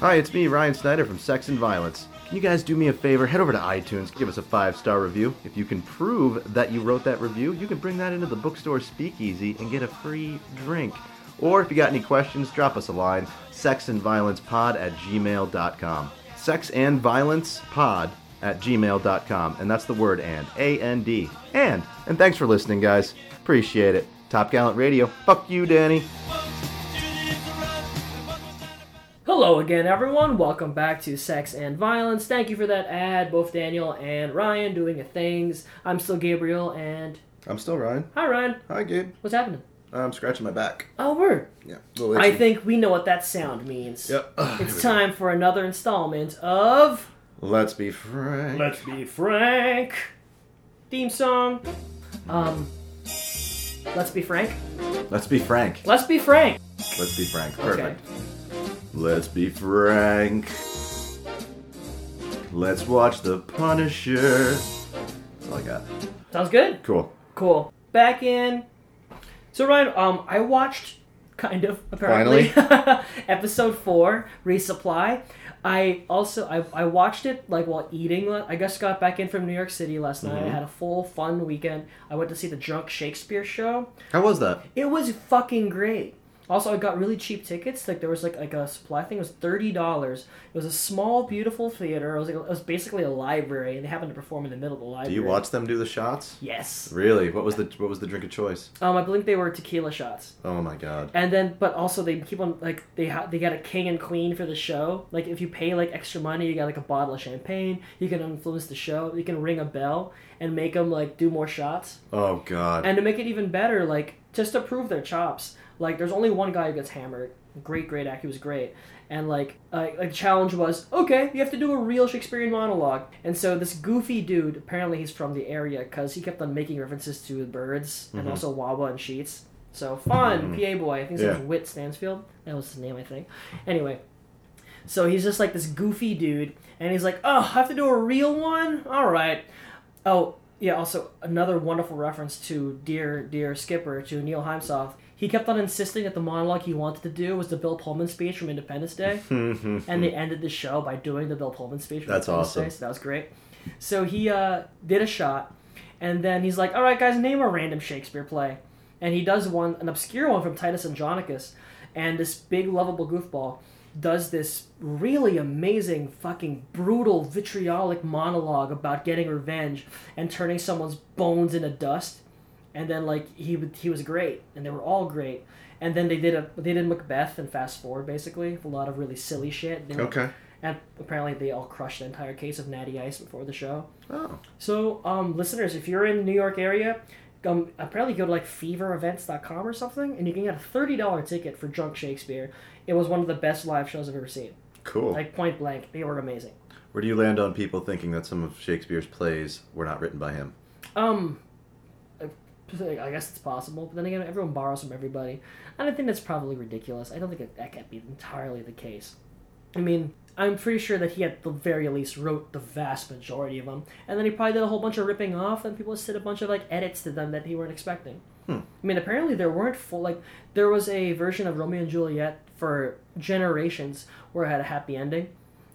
[SPEAKER 1] Hi, it's me, Ryan Snyder from Sex and Violence. Can you guys do me a favor? Head over to iTunes, give us a five star review. If you can prove that you wrote that review, you can bring that into the bookstore speakeasy and get a free drink. Or if you got any questions, drop us a line sexandviolencepod at gmail.com. Sex and Violence Pod at gmail.com. And that's the word and. A N D. And. And thanks for listening, guys. Appreciate it. Top Gallant Radio. Fuck you, Danny.
[SPEAKER 2] Hello again, everyone. Welcome back to Sex and Violence. Thank you for that ad, both Daniel and Ryan doing your things. I'm still Gabriel, and
[SPEAKER 1] I'm still Ryan.
[SPEAKER 2] hi, Ryan.
[SPEAKER 1] Hi, Gabe.
[SPEAKER 2] What's happening?
[SPEAKER 1] I'm scratching my back.
[SPEAKER 2] Oh, word.
[SPEAKER 1] Yeah.
[SPEAKER 2] I think we know what that sound means.
[SPEAKER 1] Yep.
[SPEAKER 2] It's time for another installment of
[SPEAKER 1] Let's be frank.
[SPEAKER 2] Let's Be Frank theme song. Um, let's be frank.
[SPEAKER 1] Let's be frank.
[SPEAKER 2] Let's be frank.
[SPEAKER 1] Let's be frank. Perfect. Let's be frank. Let's watch The Punisher. That's all I got.
[SPEAKER 2] Sounds good.
[SPEAKER 1] Cool.
[SPEAKER 2] Cool. Back in. So Ryan, um, I watched kind of apparently episode four resupply. I also I, I watched it like while eating. I just got back in from New York City last night. I had a full fun weekend. I went to see the Drunk Shakespeare show.
[SPEAKER 1] How was that?
[SPEAKER 2] It was fucking great. Also, I got really cheap tickets. Like there was like like a supply thing. It was thirty dollars. It was a small, beautiful theater. It was like, it was basically a library, and they happened to perform in the middle of the
[SPEAKER 1] Do
[SPEAKER 2] library.
[SPEAKER 1] you watch them do the shots?
[SPEAKER 2] Yes.
[SPEAKER 1] Really? What was the what was the drink of choice?
[SPEAKER 2] Um, I believe they were tequila shots.
[SPEAKER 1] Oh my god.
[SPEAKER 2] And then, but also they keep on like they ha- they got a king and queen for the show. Like if you pay like extra money, you got like a bottle of champagne. You can influence the show. You can ring a bell and make them like do more shots.
[SPEAKER 1] Oh god.
[SPEAKER 2] And to make it even better, like just to prove their chops, like there's only one guy who gets hammered. Great, great act. He was great. And like, uh, like the challenge was okay. You have to do a real Shakespearean monologue. And so this goofy dude, apparently he's from the area because he kept on making references to the birds and also Wawa and Sheets. So fun, PA boy. I think his
[SPEAKER 1] Yeah.
[SPEAKER 2] name's Whit Stansfield. That was his name, I think. Anyway, so he's just like this goofy dude, and he's like, "Oh, I have to do a real one. All right." Oh yeah. Also, another wonderful reference to dear dear Skipper to Neil Heimsoff. He kept on insisting that the monologue he wanted to do was the Bill Pullman speech from Independence Day, and they ended the show by doing the Bill Pullman speech. From
[SPEAKER 1] That's
[SPEAKER 2] Independence
[SPEAKER 1] awesome.
[SPEAKER 2] Day, so that was great. So he uh, did a shot, and then he's like, "All right, guys, name a random Shakespeare play," and he does one, an obscure one from Titus Andronicus, and this big lovable goofball does this really amazing, fucking brutal, vitriolic monologue about getting revenge and turning someone's bones into dust, and then like he w- he was great, and they were all great. And then they did a they did Macbeth and fast forward basically with a lot of really silly shit. They were-
[SPEAKER 1] Okay.
[SPEAKER 2] And apparently they all crushed the entire case of Natty Ice before the show.
[SPEAKER 1] Oh.
[SPEAKER 2] So, um, listeners, if you're in New York area, um, apparently go to like feverevents.com or something, and you can get a thirty dollar ticket for Drunk Shakespeare. It was one of the best live shows I've ever seen.
[SPEAKER 1] Cool.
[SPEAKER 2] Like point blank, they were amazing.
[SPEAKER 1] Where do you land on people thinking that some of Shakespeare's plays were not written by him?
[SPEAKER 2] Um, I I guess it's possible, but then again, everyone borrows from everybody, and I think that's probably ridiculous. I don't think that, that can be entirely the case. I mean, I'm pretty sure that he at the very least wrote the vast majority of them, and then he probably did a whole bunch of ripping off, and people said a bunch of like edits to them that he weren't expecting. I mean, apparently there weren't full like there was a version of Romeo and Juliet for generations where it had a happy ending,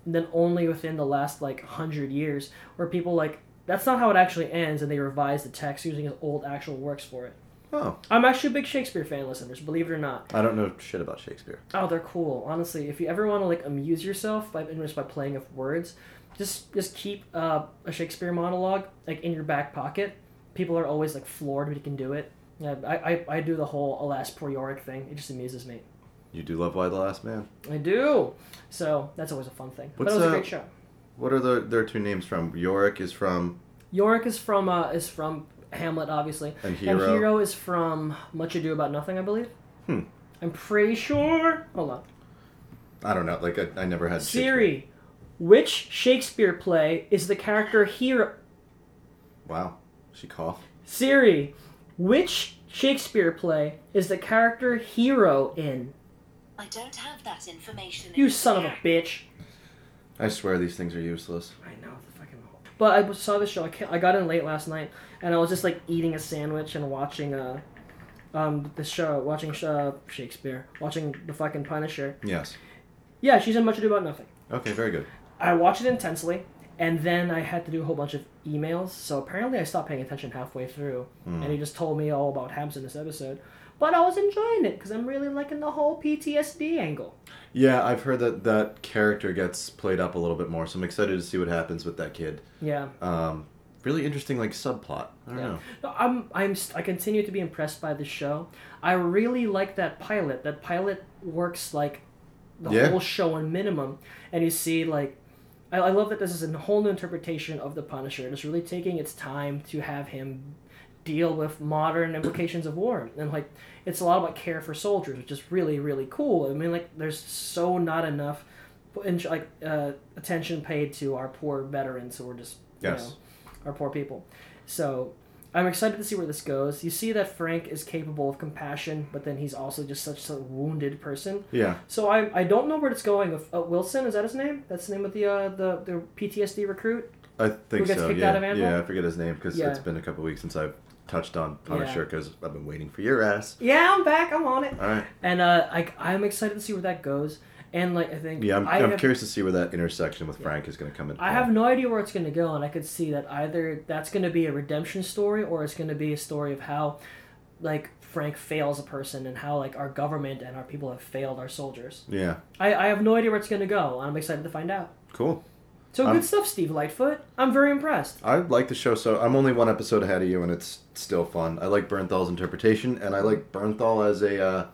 [SPEAKER 2] and then only within the last like hundred years where people like that's not how it actually ends, and they revise the text using his old actual works for it.
[SPEAKER 1] Oh,
[SPEAKER 2] I'm actually a big Shakespeare fan, listeners. Believe it or not.
[SPEAKER 1] I don't know shit about Shakespeare.
[SPEAKER 2] Oh, they're cool. Honestly, if you ever want to like amuse yourself by just by playing with words, just just keep uh, a Shakespeare monologue like in your back pocket. People are always like floored when you can do it. Yeah, I, I, I do the whole alas poor Yorick thing. It just amuses me.
[SPEAKER 1] You do love Why the Last Man.
[SPEAKER 2] I do. So that's always a fun thing. but
[SPEAKER 1] What's,
[SPEAKER 2] it was
[SPEAKER 1] uh,
[SPEAKER 2] a great show.
[SPEAKER 1] What are the, their two names from? Yorick is from.
[SPEAKER 2] Yorick is from uh, is from Hamlet, obviously,
[SPEAKER 1] And Hero.
[SPEAKER 2] is from Much Ado About Nothing, I believe. Hmm. I'm pretty sure. Hold on.
[SPEAKER 1] I don't know. Like I, I never had. Shakespeare.
[SPEAKER 2] Siri, which Shakespeare play is the character hero?
[SPEAKER 1] Wow. She coughed.
[SPEAKER 2] Siri, which Shakespeare play is the character hero in?
[SPEAKER 7] I don't have that information.
[SPEAKER 2] You son of a bitch.
[SPEAKER 1] I swear these things are useless.
[SPEAKER 2] I know the fucking. But I saw this show. I, can't, I got in late last night, and I was just like eating a sandwich and watching uh, um, the show, watching uh, Shakespeare, watching the fucking Punisher.
[SPEAKER 1] Yes.
[SPEAKER 2] Yeah, she's in Much Ado About Nothing.
[SPEAKER 1] Okay. Very good.
[SPEAKER 2] I watched it intensely, and then I had to do a whole bunch of emails. So apparently, I stopped paying attention halfway through, and he just told me all about Habs in this episode. But I was enjoying it because I'm really liking the whole PTSD angle.
[SPEAKER 1] Yeah, I've heard that that character gets played up a little bit more, so I'm excited to see what happens with that kid.
[SPEAKER 2] Yeah,
[SPEAKER 1] Um, really interesting, like subplot. I don't know.
[SPEAKER 2] No, I'm I'm st- I continue to be impressed by the show. I really like that pilot. That pilot works like the
[SPEAKER 1] Yeah.
[SPEAKER 2] whole show on minimum, and you see like. I, I love that this is a whole new interpretation of the Punisher. and It's really taking its time to have him deal with modern implications of war, and like it's a lot about care for soldiers, which is really really cool. I mean, like there's so not enough, in- like uh, attention paid to our poor veterans who are just you
[SPEAKER 1] Yes.
[SPEAKER 2] know, our poor people. So I'm excited to see where this goes. You see that Frank is capable of compassion, but then he's also just such a wounded person.
[SPEAKER 1] Yeah.
[SPEAKER 2] So I, I don't know where it's going. If, uh, Wilson is that his name? That's the name of the uh, the, the PTSD recruit.
[SPEAKER 1] I think
[SPEAKER 2] Who gets
[SPEAKER 1] so.
[SPEAKER 2] kicked
[SPEAKER 1] Yeah,
[SPEAKER 2] out of Anvil?
[SPEAKER 1] yeah. I forget his name because
[SPEAKER 2] Yeah.
[SPEAKER 1] it's been a couple weeks since I've touched on Punisher because I've been waiting for your ass.
[SPEAKER 2] Yeah, I'm back. I'm on it.
[SPEAKER 1] All right.
[SPEAKER 2] And uh, I I'm excited to see where that goes. And like I think
[SPEAKER 1] Yeah, I'm,
[SPEAKER 2] I
[SPEAKER 1] I'm
[SPEAKER 2] have-
[SPEAKER 1] curious to see where that intersection with Frank is going to come in.
[SPEAKER 2] I have no idea where it's going to go, and I could see that either that's going to be a redemption story or it's going to be a story of how like Frank fails a person and how like our government and our people have failed our soldiers.
[SPEAKER 1] Yeah.
[SPEAKER 2] I, I have no idea where it's gonna go. and I'm excited to find out.
[SPEAKER 1] Cool.
[SPEAKER 2] So
[SPEAKER 1] Um,
[SPEAKER 2] good stuff, Steve Lightfoot. I'm very impressed.
[SPEAKER 1] I like the show, so I'm only one episode ahead of you, and it's still fun. I like Bernthal's interpretation, and I like Bernthal as a uh,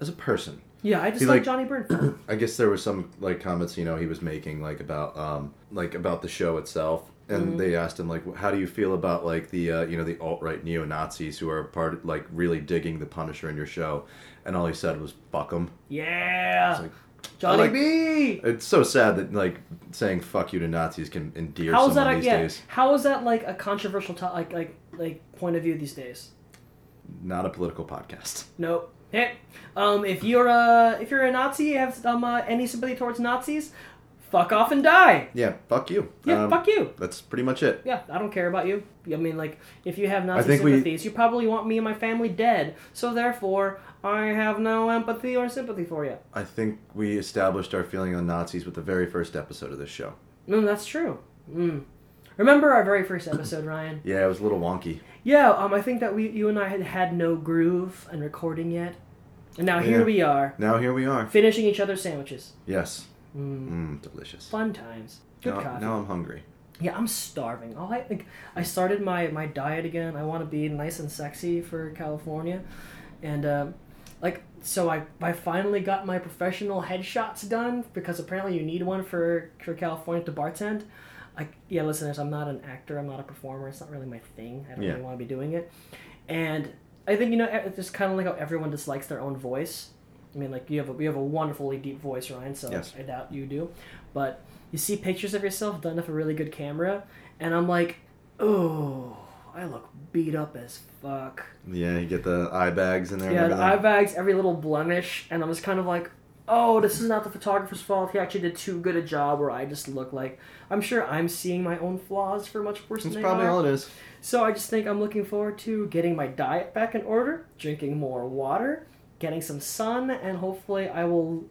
[SPEAKER 1] as a person.
[SPEAKER 2] Yeah, I just
[SPEAKER 1] He,
[SPEAKER 2] like,
[SPEAKER 1] like-
[SPEAKER 2] Johnny Burnford.
[SPEAKER 1] I guess there was some like comments you know he was making like about um like about the show itself, and
[SPEAKER 2] Mm-hmm.
[SPEAKER 1] they asked him like, how do you feel about like the uh, you know the alt right neo Nazis who are part like really digging the Punisher in your show, and all he said was fuck 'em.
[SPEAKER 2] yeah,
[SPEAKER 1] like,
[SPEAKER 2] Johnny
[SPEAKER 1] like-
[SPEAKER 2] B.
[SPEAKER 1] It's so sad that like saying fuck you to Nazis can endear
[SPEAKER 2] How is
[SPEAKER 1] someone
[SPEAKER 2] that?
[SPEAKER 1] these
[SPEAKER 2] Yeah,
[SPEAKER 1] days.
[SPEAKER 2] how is that like a controversial to- like like like point of view these days?
[SPEAKER 1] Not a political podcast.
[SPEAKER 2] Nope. Eh. Um, if you're a if you're a Nazi, you have um, uh, any sympathy towards Nazis, fuck off and die.
[SPEAKER 1] Yeah, fuck you.
[SPEAKER 2] Yeah,
[SPEAKER 1] Um,
[SPEAKER 2] fuck you.
[SPEAKER 1] That's pretty much it.
[SPEAKER 2] Yeah, I don't care about you. I mean, like, if you have Nazi
[SPEAKER 1] think we-
[SPEAKER 2] sympathies, you probably want me and my family dead. So therefore, I have no empathy or sympathy for you.
[SPEAKER 1] I think we established our feeling on Nazis with the very first episode of this show.
[SPEAKER 2] No, that's true. Mm. Remember our very first episode, Ryan?
[SPEAKER 1] Yeah, it was a little wonky.
[SPEAKER 2] Yeah, um, I think that we, you and I had had no groove and recording yet, and now here
[SPEAKER 1] Yeah.
[SPEAKER 2] we are,
[SPEAKER 1] Now here we are.
[SPEAKER 2] finishing each other's sandwiches.
[SPEAKER 1] Yes. Mm, delicious.
[SPEAKER 2] Fun times. Good
[SPEAKER 1] Now,
[SPEAKER 2] coffee.
[SPEAKER 1] now I'm hungry.
[SPEAKER 2] Yeah, I'm starving. All I like, I started my my diet again. I want to be nice and sexy for California, and um, like so I I finally got my professional headshots done because apparently you need one for for California to bartend. I yeah, listeners, I'm not an actor. I'm not a performer. It's not really my thing. I don't
[SPEAKER 1] Yeah.
[SPEAKER 2] really want to be doing it, and I think you know it's just kind of like how everyone dislikes their own voice. I mean, like you have a you have a wonderfully deep voice, Ryan. So
[SPEAKER 1] Yes.
[SPEAKER 2] I doubt you do, but you see pictures of yourself done with a really good camera, and I'm like, oh, I look beat up as fuck.
[SPEAKER 1] Yeah, you get the eye bags in there.
[SPEAKER 2] Yeah,
[SPEAKER 1] and
[SPEAKER 2] the eye
[SPEAKER 1] everything.
[SPEAKER 2] bags, every little blemish, and I'm just kind of like, oh, this is not the photographer's fault. He actually did too good a job, where I just look like I'm sure I'm seeing my own flaws for much worse
[SPEAKER 1] That's
[SPEAKER 2] than
[SPEAKER 1] probably
[SPEAKER 2] they are.
[SPEAKER 1] all it is.
[SPEAKER 2] So I just think I'm looking forward to getting my diet back in order, drinking more water, getting some sun, and hopefully I will,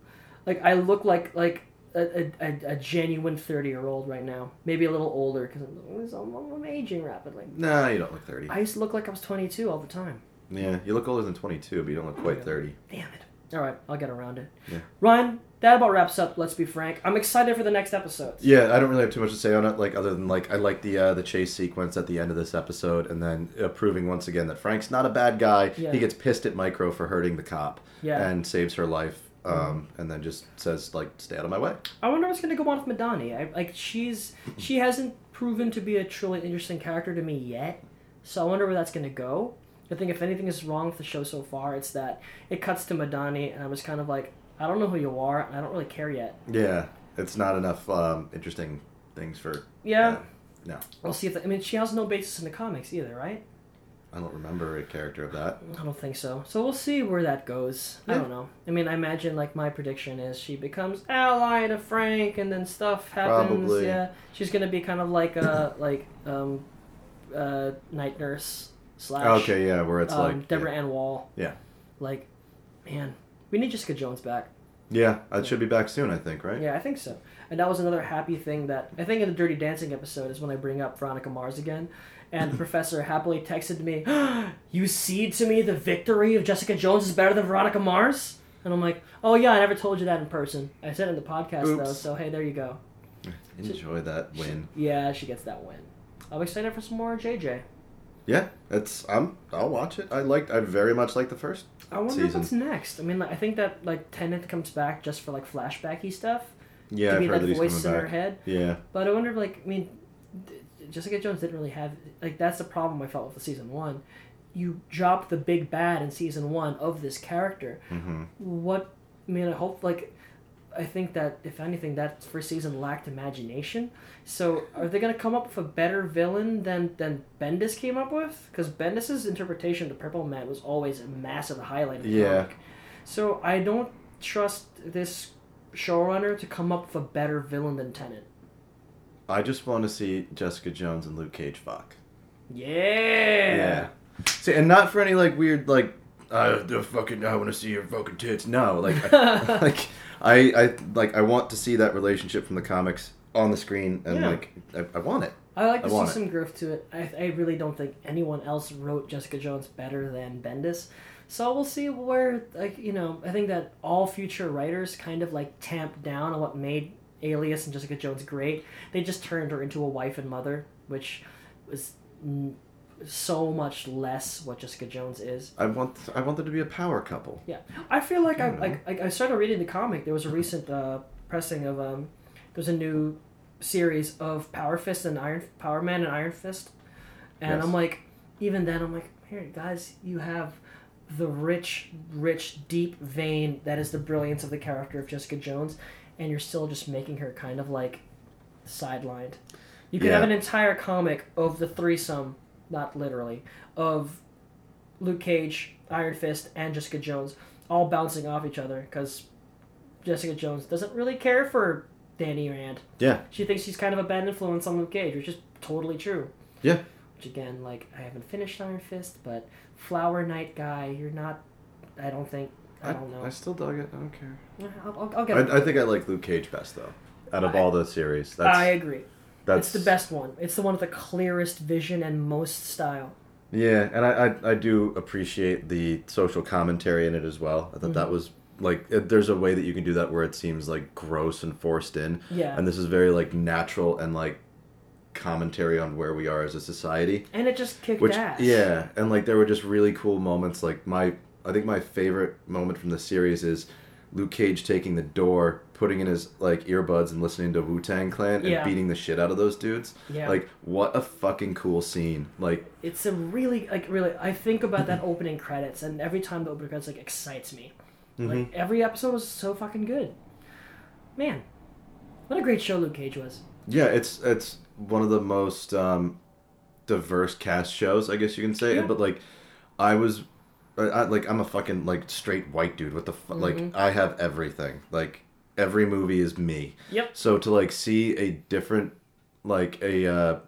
[SPEAKER 2] like I look like like a, a- a, a genuine thirty year old right now. Maybe a little older because I'm, I'm aging rapidly.
[SPEAKER 1] Nah, you don't look 30.
[SPEAKER 2] I used to look like I was 22 all the time.
[SPEAKER 1] Yeah, you look older than 22, but you don't look quite 30.
[SPEAKER 2] Damn it. All right, I'll get around it.
[SPEAKER 1] Yeah.
[SPEAKER 2] Ryan, that about wraps up. Let's be frank. I'm excited for the next episode.
[SPEAKER 1] Yeah, I don't really have too much to say on it, like other than like I like the uh, the chase sequence at the end of this episode, and then uh, proving once again that Frank's not a bad guy.
[SPEAKER 2] Yeah.
[SPEAKER 1] He gets pissed at Micro for hurting the cop,
[SPEAKER 2] Yeah. Mm-hmm.
[SPEAKER 1] and saves her life, um, and then just says like, "Stay out of my way."
[SPEAKER 2] I wonder what's gonna go on with Madani. I, like she's she hasn't proven to be a truly interesting character to me yet, so I wonder where that's gonna go. I think if anything is wrong with the show so far, it's that it cuts to Madani, and I was kind of like, I don't know who you are, and I don't really care yet.
[SPEAKER 1] Yeah, it's not enough um, interesting things for.
[SPEAKER 2] Yeah.
[SPEAKER 1] no,
[SPEAKER 2] We'll see if the, I mean she has no basis in the comics either, right?
[SPEAKER 1] I don't remember a character of that.
[SPEAKER 2] I don't think so. So we'll see where that goes. I
[SPEAKER 1] Yeah.
[SPEAKER 2] don't know. I mean, I imagine like my prediction is she becomes ally to Frank, and then stuff happens.
[SPEAKER 1] Probably.
[SPEAKER 2] Yeah, she's gonna be kind of like a like um, uh, night nurse slash
[SPEAKER 1] Okay, yeah, where it's
[SPEAKER 2] um,
[SPEAKER 1] like
[SPEAKER 2] Deborah
[SPEAKER 1] yeah.
[SPEAKER 2] Ann Wall.
[SPEAKER 1] Yeah.
[SPEAKER 2] Like, man, we need Jessica Jones back.
[SPEAKER 1] Yeah, I should be back soon, I think, right?
[SPEAKER 2] Yeah, I think so. And that was another happy thing that I think in the Dirty Dancing episode is when I bring up Veronica Mars again. And the professor happily texted me, You cede to me the victory of Jessica Jones is better than Veronica Mars? And I'm like, Oh, yeah, I never told you that in person. I said it in the podcast, though,
[SPEAKER 1] Oops.
[SPEAKER 2] so hey, there you go.
[SPEAKER 1] Enjoy that win.
[SPEAKER 2] Yeah, she gets that win. I'm excited for some more JJ.
[SPEAKER 1] Yeah, it's I'm I'll watch it. I liked I very much like the first.
[SPEAKER 2] I wonder
[SPEAKER 1] Season.
[SPEAKER 2] what's next. I mean, like, I think that, like, Tennant comes back just for, like, flashbacky stuff.
[SPEAKER 1] Yeah,
[SPEAKER 2] to
[SPEAKER 1] I've
[SPEAKER 2] be that
[SPEAKER 1] heard that he's coming
[SPEAKER 2] voice in her
[SPEAKER 1] back.
[SPEAKER 2] head.
[SPEAKER 1] Yeah,
[SPEAKER 2] But I wonder, if, like, I mean, d- Jessica Jones didn't really have like that's the problem I felt with the season one. You dropped the big bad in season one of this character. What I mean, I hope like I think that if anything, that first season lacked imagination. So are they gonna come up with a better villain than than Bendis came up with? Because Bendis's interpretation of the Purple Man was always a massive highlight. Of the
[SPEAKER 1] Yeah.
[SPEAKER 2] comic. So I don't trust this showrunner to come up with a better villain than Tennant.
[SPEAKER 1] I just want to see Jessica Jones and Luke Cage fuck.
[SPEAKER 2] Yeah.
[SPEAKER 1] See, and not for any like weird like uh, the fucking I want to see your fucking tits. No, like I, like I I like I want to see that relationship from the comics on the screen and
[SPEAKER 2] Yeah.
[SPEAKER 1] like I, I want it.
[SPEAKER 2] I like to
[SPEAKER 1] I
[SPEAKER 2] see
[SPEAKER 1] want it.
[SPEAKER 2] some growth to it. I, I really don't think anyone else wrote Jessica Jones better than Bendis. So we'll see where, like, you know, I think that all future writers kind of like tamped down on what made Alias and Jessica Jones great. They just turned her into a wife and mother, which was mm, so much less what Jessica Jones is.
[SPEAKER 1] I want I want them to be a power couple.
[SPEAKER 2] Yeah, I feel like I, I I- I started reading the comic. There was a recent uh, pressing of um, there's a new series of Power Fist and Iron Power Man and Iron Fist, and
[SPEAKER 1] Yes.
[SPEAKER 2] I'm like, even then I'm like, here guys, you have the rich, rich, deep vein that is the brilliance of the character of Jessica Jones, and you're still just making her kind of like sidelined. You could
[SPEAKER 1] Yeah.
[SPEAKER 2] have an entire comic of the threesome, not literally, of Luke Cage, Iron Fist, and Jessica Jones all bouncing off each other because Jessica Jones doesn't really care for Danny Rand.
[SPEAKER 1] Yeah,
[SPEAKER 2] She thinks she's kind of a bad influence on Luke Cage, which is totally true.
[SPEAKER 1] yeah.
[SPEAKER 2] Which again, like I haven't finished Iron Fist, but Flower Knight guy, you're not. I don't think. I, don't know.
[SPEAKER 1] I still dug it. I don't care.
[SPEAKER 2] I'll, I'll, I'll get. it.
[SPEAKER 1] I, I think I like Luke Cage best though. Out of all the series, that's
[SPEAKER 2] I agree.
[SPEAKER 1] that's
[SPEAKER 2] it's the best one. It's the one with the clearest vision and most style.
[SPEAKER 1] Yeah, and I, I I do appreciate the social commentary in it as well. I thought that
[SPEAKER 2] Mm-hmm.
[SPEAKER 1] was like it- there's a way that you can do that where it seems like gross and forced in.
[SPEAKER 2] Yeah.
[SPEAKER 1] And this is very like natural and like commentary on where we are as a society.
[SPEAKER 2] And it just kicked
[SPEAKER 1] Which
[SPEAKER 2] ass.
[SPEAKER 1] yeah, and like there were just really cool moments. Like my I think my favorite moment from the series is Luke Cage taking the door, putting in his like earbuds and listening to Wu Tang Clan and
[SPEAKER 2] Yeah.
[SPEAKER 1] beating the shit out of those dudes.
[SPEAKER 2] Yeah.
[SPEAKER 1] Like what a fucking cool scene. Like
[SPEAKER 2] It's a really like really. I think about that opening credits, and every time the opening credits like excites me.
[SPEAKER 1] Mm-hmm.
[SPEAKER 2] Like every episode was so fucking good. Man, what a great show Luke Cage was.
[SPEAKER 1] Yeah, it's it's one of the most um, diverse cast shows, I guess you can say. But like, I was, I, I- like, I'm a fucking like straight white dude. What the fu- like? I have everything. Like every movie is me.
[SPEAKER 2] Yep.
[SPEAKER 1] So to like see a different, like a. Uh,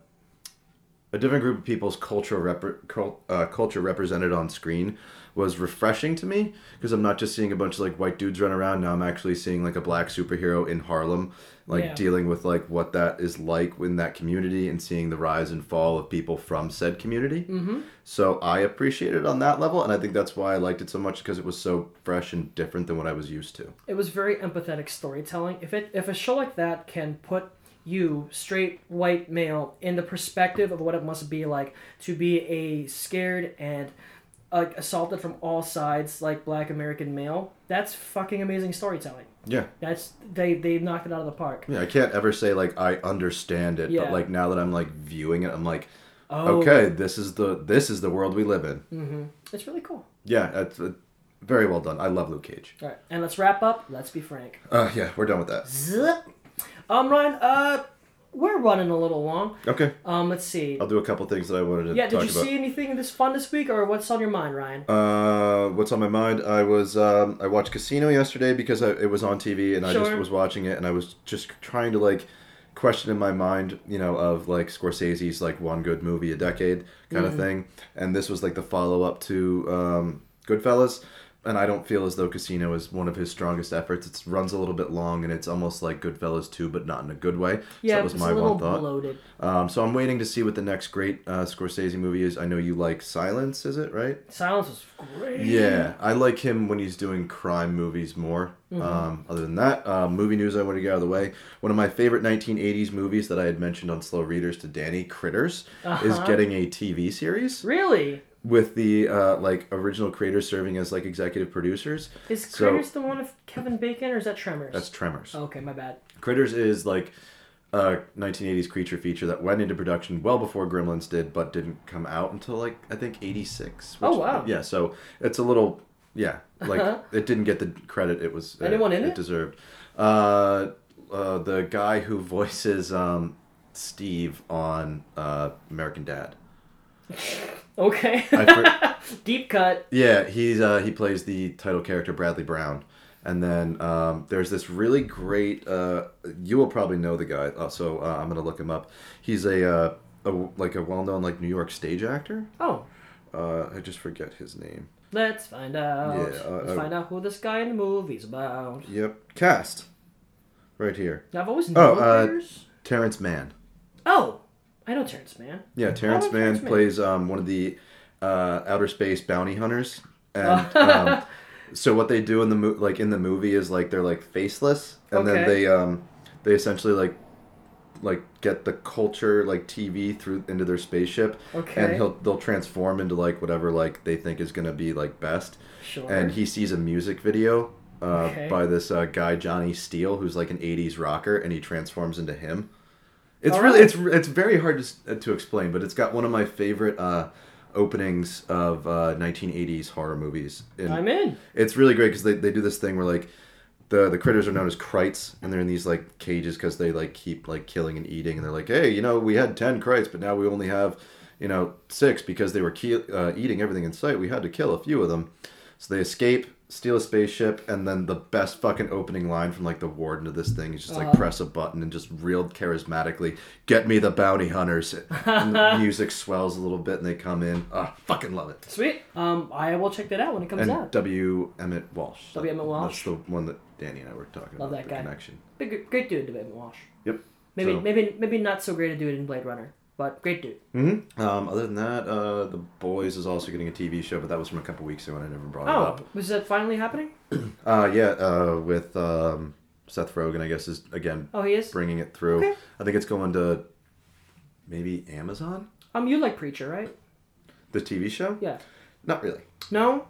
[SPEAKER 1] a different group of people's culture rep- cul- uh, culture represented on screen was refreshing to me because I'm not just seeing a bunch of like white dudes run around. Now I'm actually seeing like a black superhero in Harlem, like
[SPEAKER 2] Yeah.
[SPEAKER 1] dealing with like what that is like in that community and seeing the rise and fall of people from said community. Mm-hmm. So I appreciate it on that level, and I think that's why I liked it so much because it was so fresh and different than what I was used to.
[SPEAKER 2] It was very empathetic storytelling. If it if a show like that can put you straight white male in the perspective of what it must be like to be a scared and like assaulted from all sides like black American male, that's fucking amazing storytelling.
[SPEAKER 1] Yeah.
[SPEAKER 2] That's they they knocked it out of the park.
[SPEAKER 1] Yeah, I can't ever say like I understand it,
[SPEAKER 2] Yeah.
[SPEAKER 1] but like now that I'm like viewing it, I'm like,
[SPEAKER 2] Oh. Mm.
[SPEAKER 1] okay, this is the this is the world we live in.
[SPEAKER 2] It's really cool.
[SPEAKER 1] Yeah, that's uh, very well done. I love Luke Cage.
[SPEAKER 2] All right, and let's wrap up. Let's be frank.
[SPEAKER 1] Uh, yeah, we're done with that.
[SPEAKER 2] Zip. Um, Ryan, uh, we're running a little long.
[SPEAKER 1] Okay,
[SPEAKER 2] Um, let's see.
[SPEAKER 1] I'll do a couple things that I wanted to
[SPEAKER 2] Yeah,
[SPEAKER 1] talk
[SPEAKER 2] did you
[SPEAKER 1] about.
[SPEAKER 2] see anything this fun this week, or what's on your mind, Ryan?
[SPEAKER 1] Uh, what's on my mind? I was um, I watched Casino yesterday because I, it was on TV and I
[SPEAKER 2] Sure.
[SPEAKER 1] just was watching it and I was just trying to like question in my mind, you know, of like Scorsese's like one good movie a decade kind
[SPEAKER 2] Mm.
[SPEAKER 1] of thing, and this was like the follow up to um, Goodfellas. And I don't feel as though Casino is one of his strongest efforts. It runs a little bit long, and it's almost like Goodfellas 2, but not in a good way. So
[SPEAKER 2] yeah,
[SPEAKER 1] that was
[SPEAKER 2] it's
[SPEAKER 1] my
[SPEAKER 2] a little
[SPEAKER 1] one thought.
[SPEAKER 2] bloated.
[SPEAKER 1] Um, so I'm waiting to see what the next great uh, Scorsese movie is. I know you like Silence, is it right?
[SPEAKER 2] Silence was great.
[SPEAKER 1] Yeah, I like him when he's doing crime movies more.
[SPEAKER 2] Mm-hmm.
[SPEAKER 1] Um, other than that, uh, movie news I want to get out of the way. One of my favorite 1980s movies that I had mentioned on Slow Readers to Danny, Critters, is
[SPEAKER 2] Uh-huh.
[SPEAKER 1] getting a TV series
[SPEAKER 2] Really?
[SPEAKER 1] with the uh, like original creators serving as like executive producers.
[SPEAKER 2] Is
[SPEAKER 1] So-
[SPEAKER 2] Critters the one of Kevin Bacon, or is that Tremors?
[SPEAKER 1] That's Tremors.
[SPEAKER 2] okay. My bad.
[SPEAKER 1] Critters is like a 1980s creature feature that went into production well before Gremlins did, but didn't come out until like I think 86.
[SPEAKER 2] Oh, wow. Uh-huh.
[SPEAKER 1] Yeah, so it's a little yeah, like it didn't get the credit it was
[SPEAKER 2] Anyone in
[SPEAKER 1] it,
[SPEAKER 2] it?
[SPEAKER 1] deserved. Uh, uh, the guy who voices um, Steve on uh, American Dad.
[SPEAKER 2] Okay.
[SPEAKER 1] I for-
[SPEAKER 2] Deep cut.
[SPEAKER 1] Yeah, he's uh, he plays the title character Bradley Brown, and then um, there's this really great. Uh, you will probably know the guy, uh, so uh, I'm gonna look him up. He's a, uh, a like a well-known like New York stage actor.
[SPEAKER 2] Oh,
[SPEAKER 1] Uh, I just forget his name.
[SPEAKER 2] let's find out.
[SPEAKER 1] Yeah, uh,
[SPEAKER 2] let's
[SPEAKER 1] uh,
[SPEAKER 2] find out who this guy in the movie's about.
[SPEAKER 1] Yep, cast right here.
[SPEAKER 2] Now, I've always known
[SPEAKER 1] uh,
[SPEAKER 2] Critters.
[SPEAKER 1] Terrence Mann.
[SPEAKER 2] Oh, I know Terrence Mann.
[SPEAKER 1] Yeah, Terrence
[SPEAKER 2] Oh,
[SPEAKER 1] Mann
[SPEAKER 2] Terrence Mann.
[SPEAKER 1] plays um, one of the uh, outer space bounty hunters, and um, so what they do in the mo- like in the movie is like they're like faceless, and then
[SPEAKER 2] Okay.
[SPEAKER 1] they um, they essentially like like get the culture like TV through into their spaceship, and
[SPEAKER 2] Okay.
[SPEAKER 1] he'll they'll transform into like whatever like they think is gonna be like best,
[SPEAKER 2] Sure.
[SPEAKER 1] and he sees a music video. Uh,
[SPEAKER 2] Okay.
[SPEAKER 1] By this uh, guy Johnny Steele, who's like an '80s rocker, and he transforms into him. It's
[SPEAKER 2] All
[SPEAKER 1] really
[SPEAKER 2] right.
[SPEAKER 1] it's it's very hard to s- uh, to explain, but it's got one of my favorite uh, openings of uh, 1980s horror movies. And
[SPEAKER 2] I'm in.
[SPEAKER 1] It's really great because they, they do this thing where like the the critters are known as krites, and they're in these like cages because they like keep like killing and eating, and they're like, hey, you know, we had ten krites, but now we only have you know six because they were ki- uh, eating everything in sight. We had to kill a few of them, so they escape. Steal a spaceship, and then the best fucking opening line from like the warden of this thing is just like press a button and just reeled charismatically, get me the bounty hunters. and the music swells a little bit, and they come in. Ah, fucking love it
[SPEAKER 2] Sweet. Um, I will check that out when it comes
[SPEAKER 1] and
[SPEAKER 2] out.
[SPEAKER 1] W. Emmett Walsh.
[SPEAKER 2] W. Emmett Walsh.
[SPEAKER 1] That's the one that Danny and I were talking
[SPEAKER 2] Love
[SPEAKER 1] about.
[SPEAKER 2] that
[SPEAKER 1] the
[SPEAKER 2] guy.
[SPEAKER 1] Connection.
[SPEAKER 2] Big, great dude, David Walsh.
[SPEAKER 1] Yep.
[SPEAKER 2] Maybe,
[SPEAKER 1] So,
[SPEAKER 2] maybe, maybe not so great a dude in Blade Runner, but great dude.
[SPEAKER 1] Um, other than that, uh, The Boys is also getting a TV show, but that was from a couple weeks ago, and I never brought it
[SPEAKER 2] Oh,
[SPEAKER 1] up.
[SPEAKER 2] was that finally happening?
[SPEAKER 1] Uh, yeah, uh, with um, Seth Rogen, I guess is again
[SPEAKER 2] Oh, he is.
[SPEAKER 1] bringing it through.
[SPEAKER 2] Okay.
[SPEAKER 1] I think it's going to maybe Amazon.
[SPEAKER 2] Um, you like Preacher, right?
[SPEAKER 1] The TV show?
[SPEAKER 2] Yeah.
[SPEAKER 1] Not really.
[SPEAKER 2] No.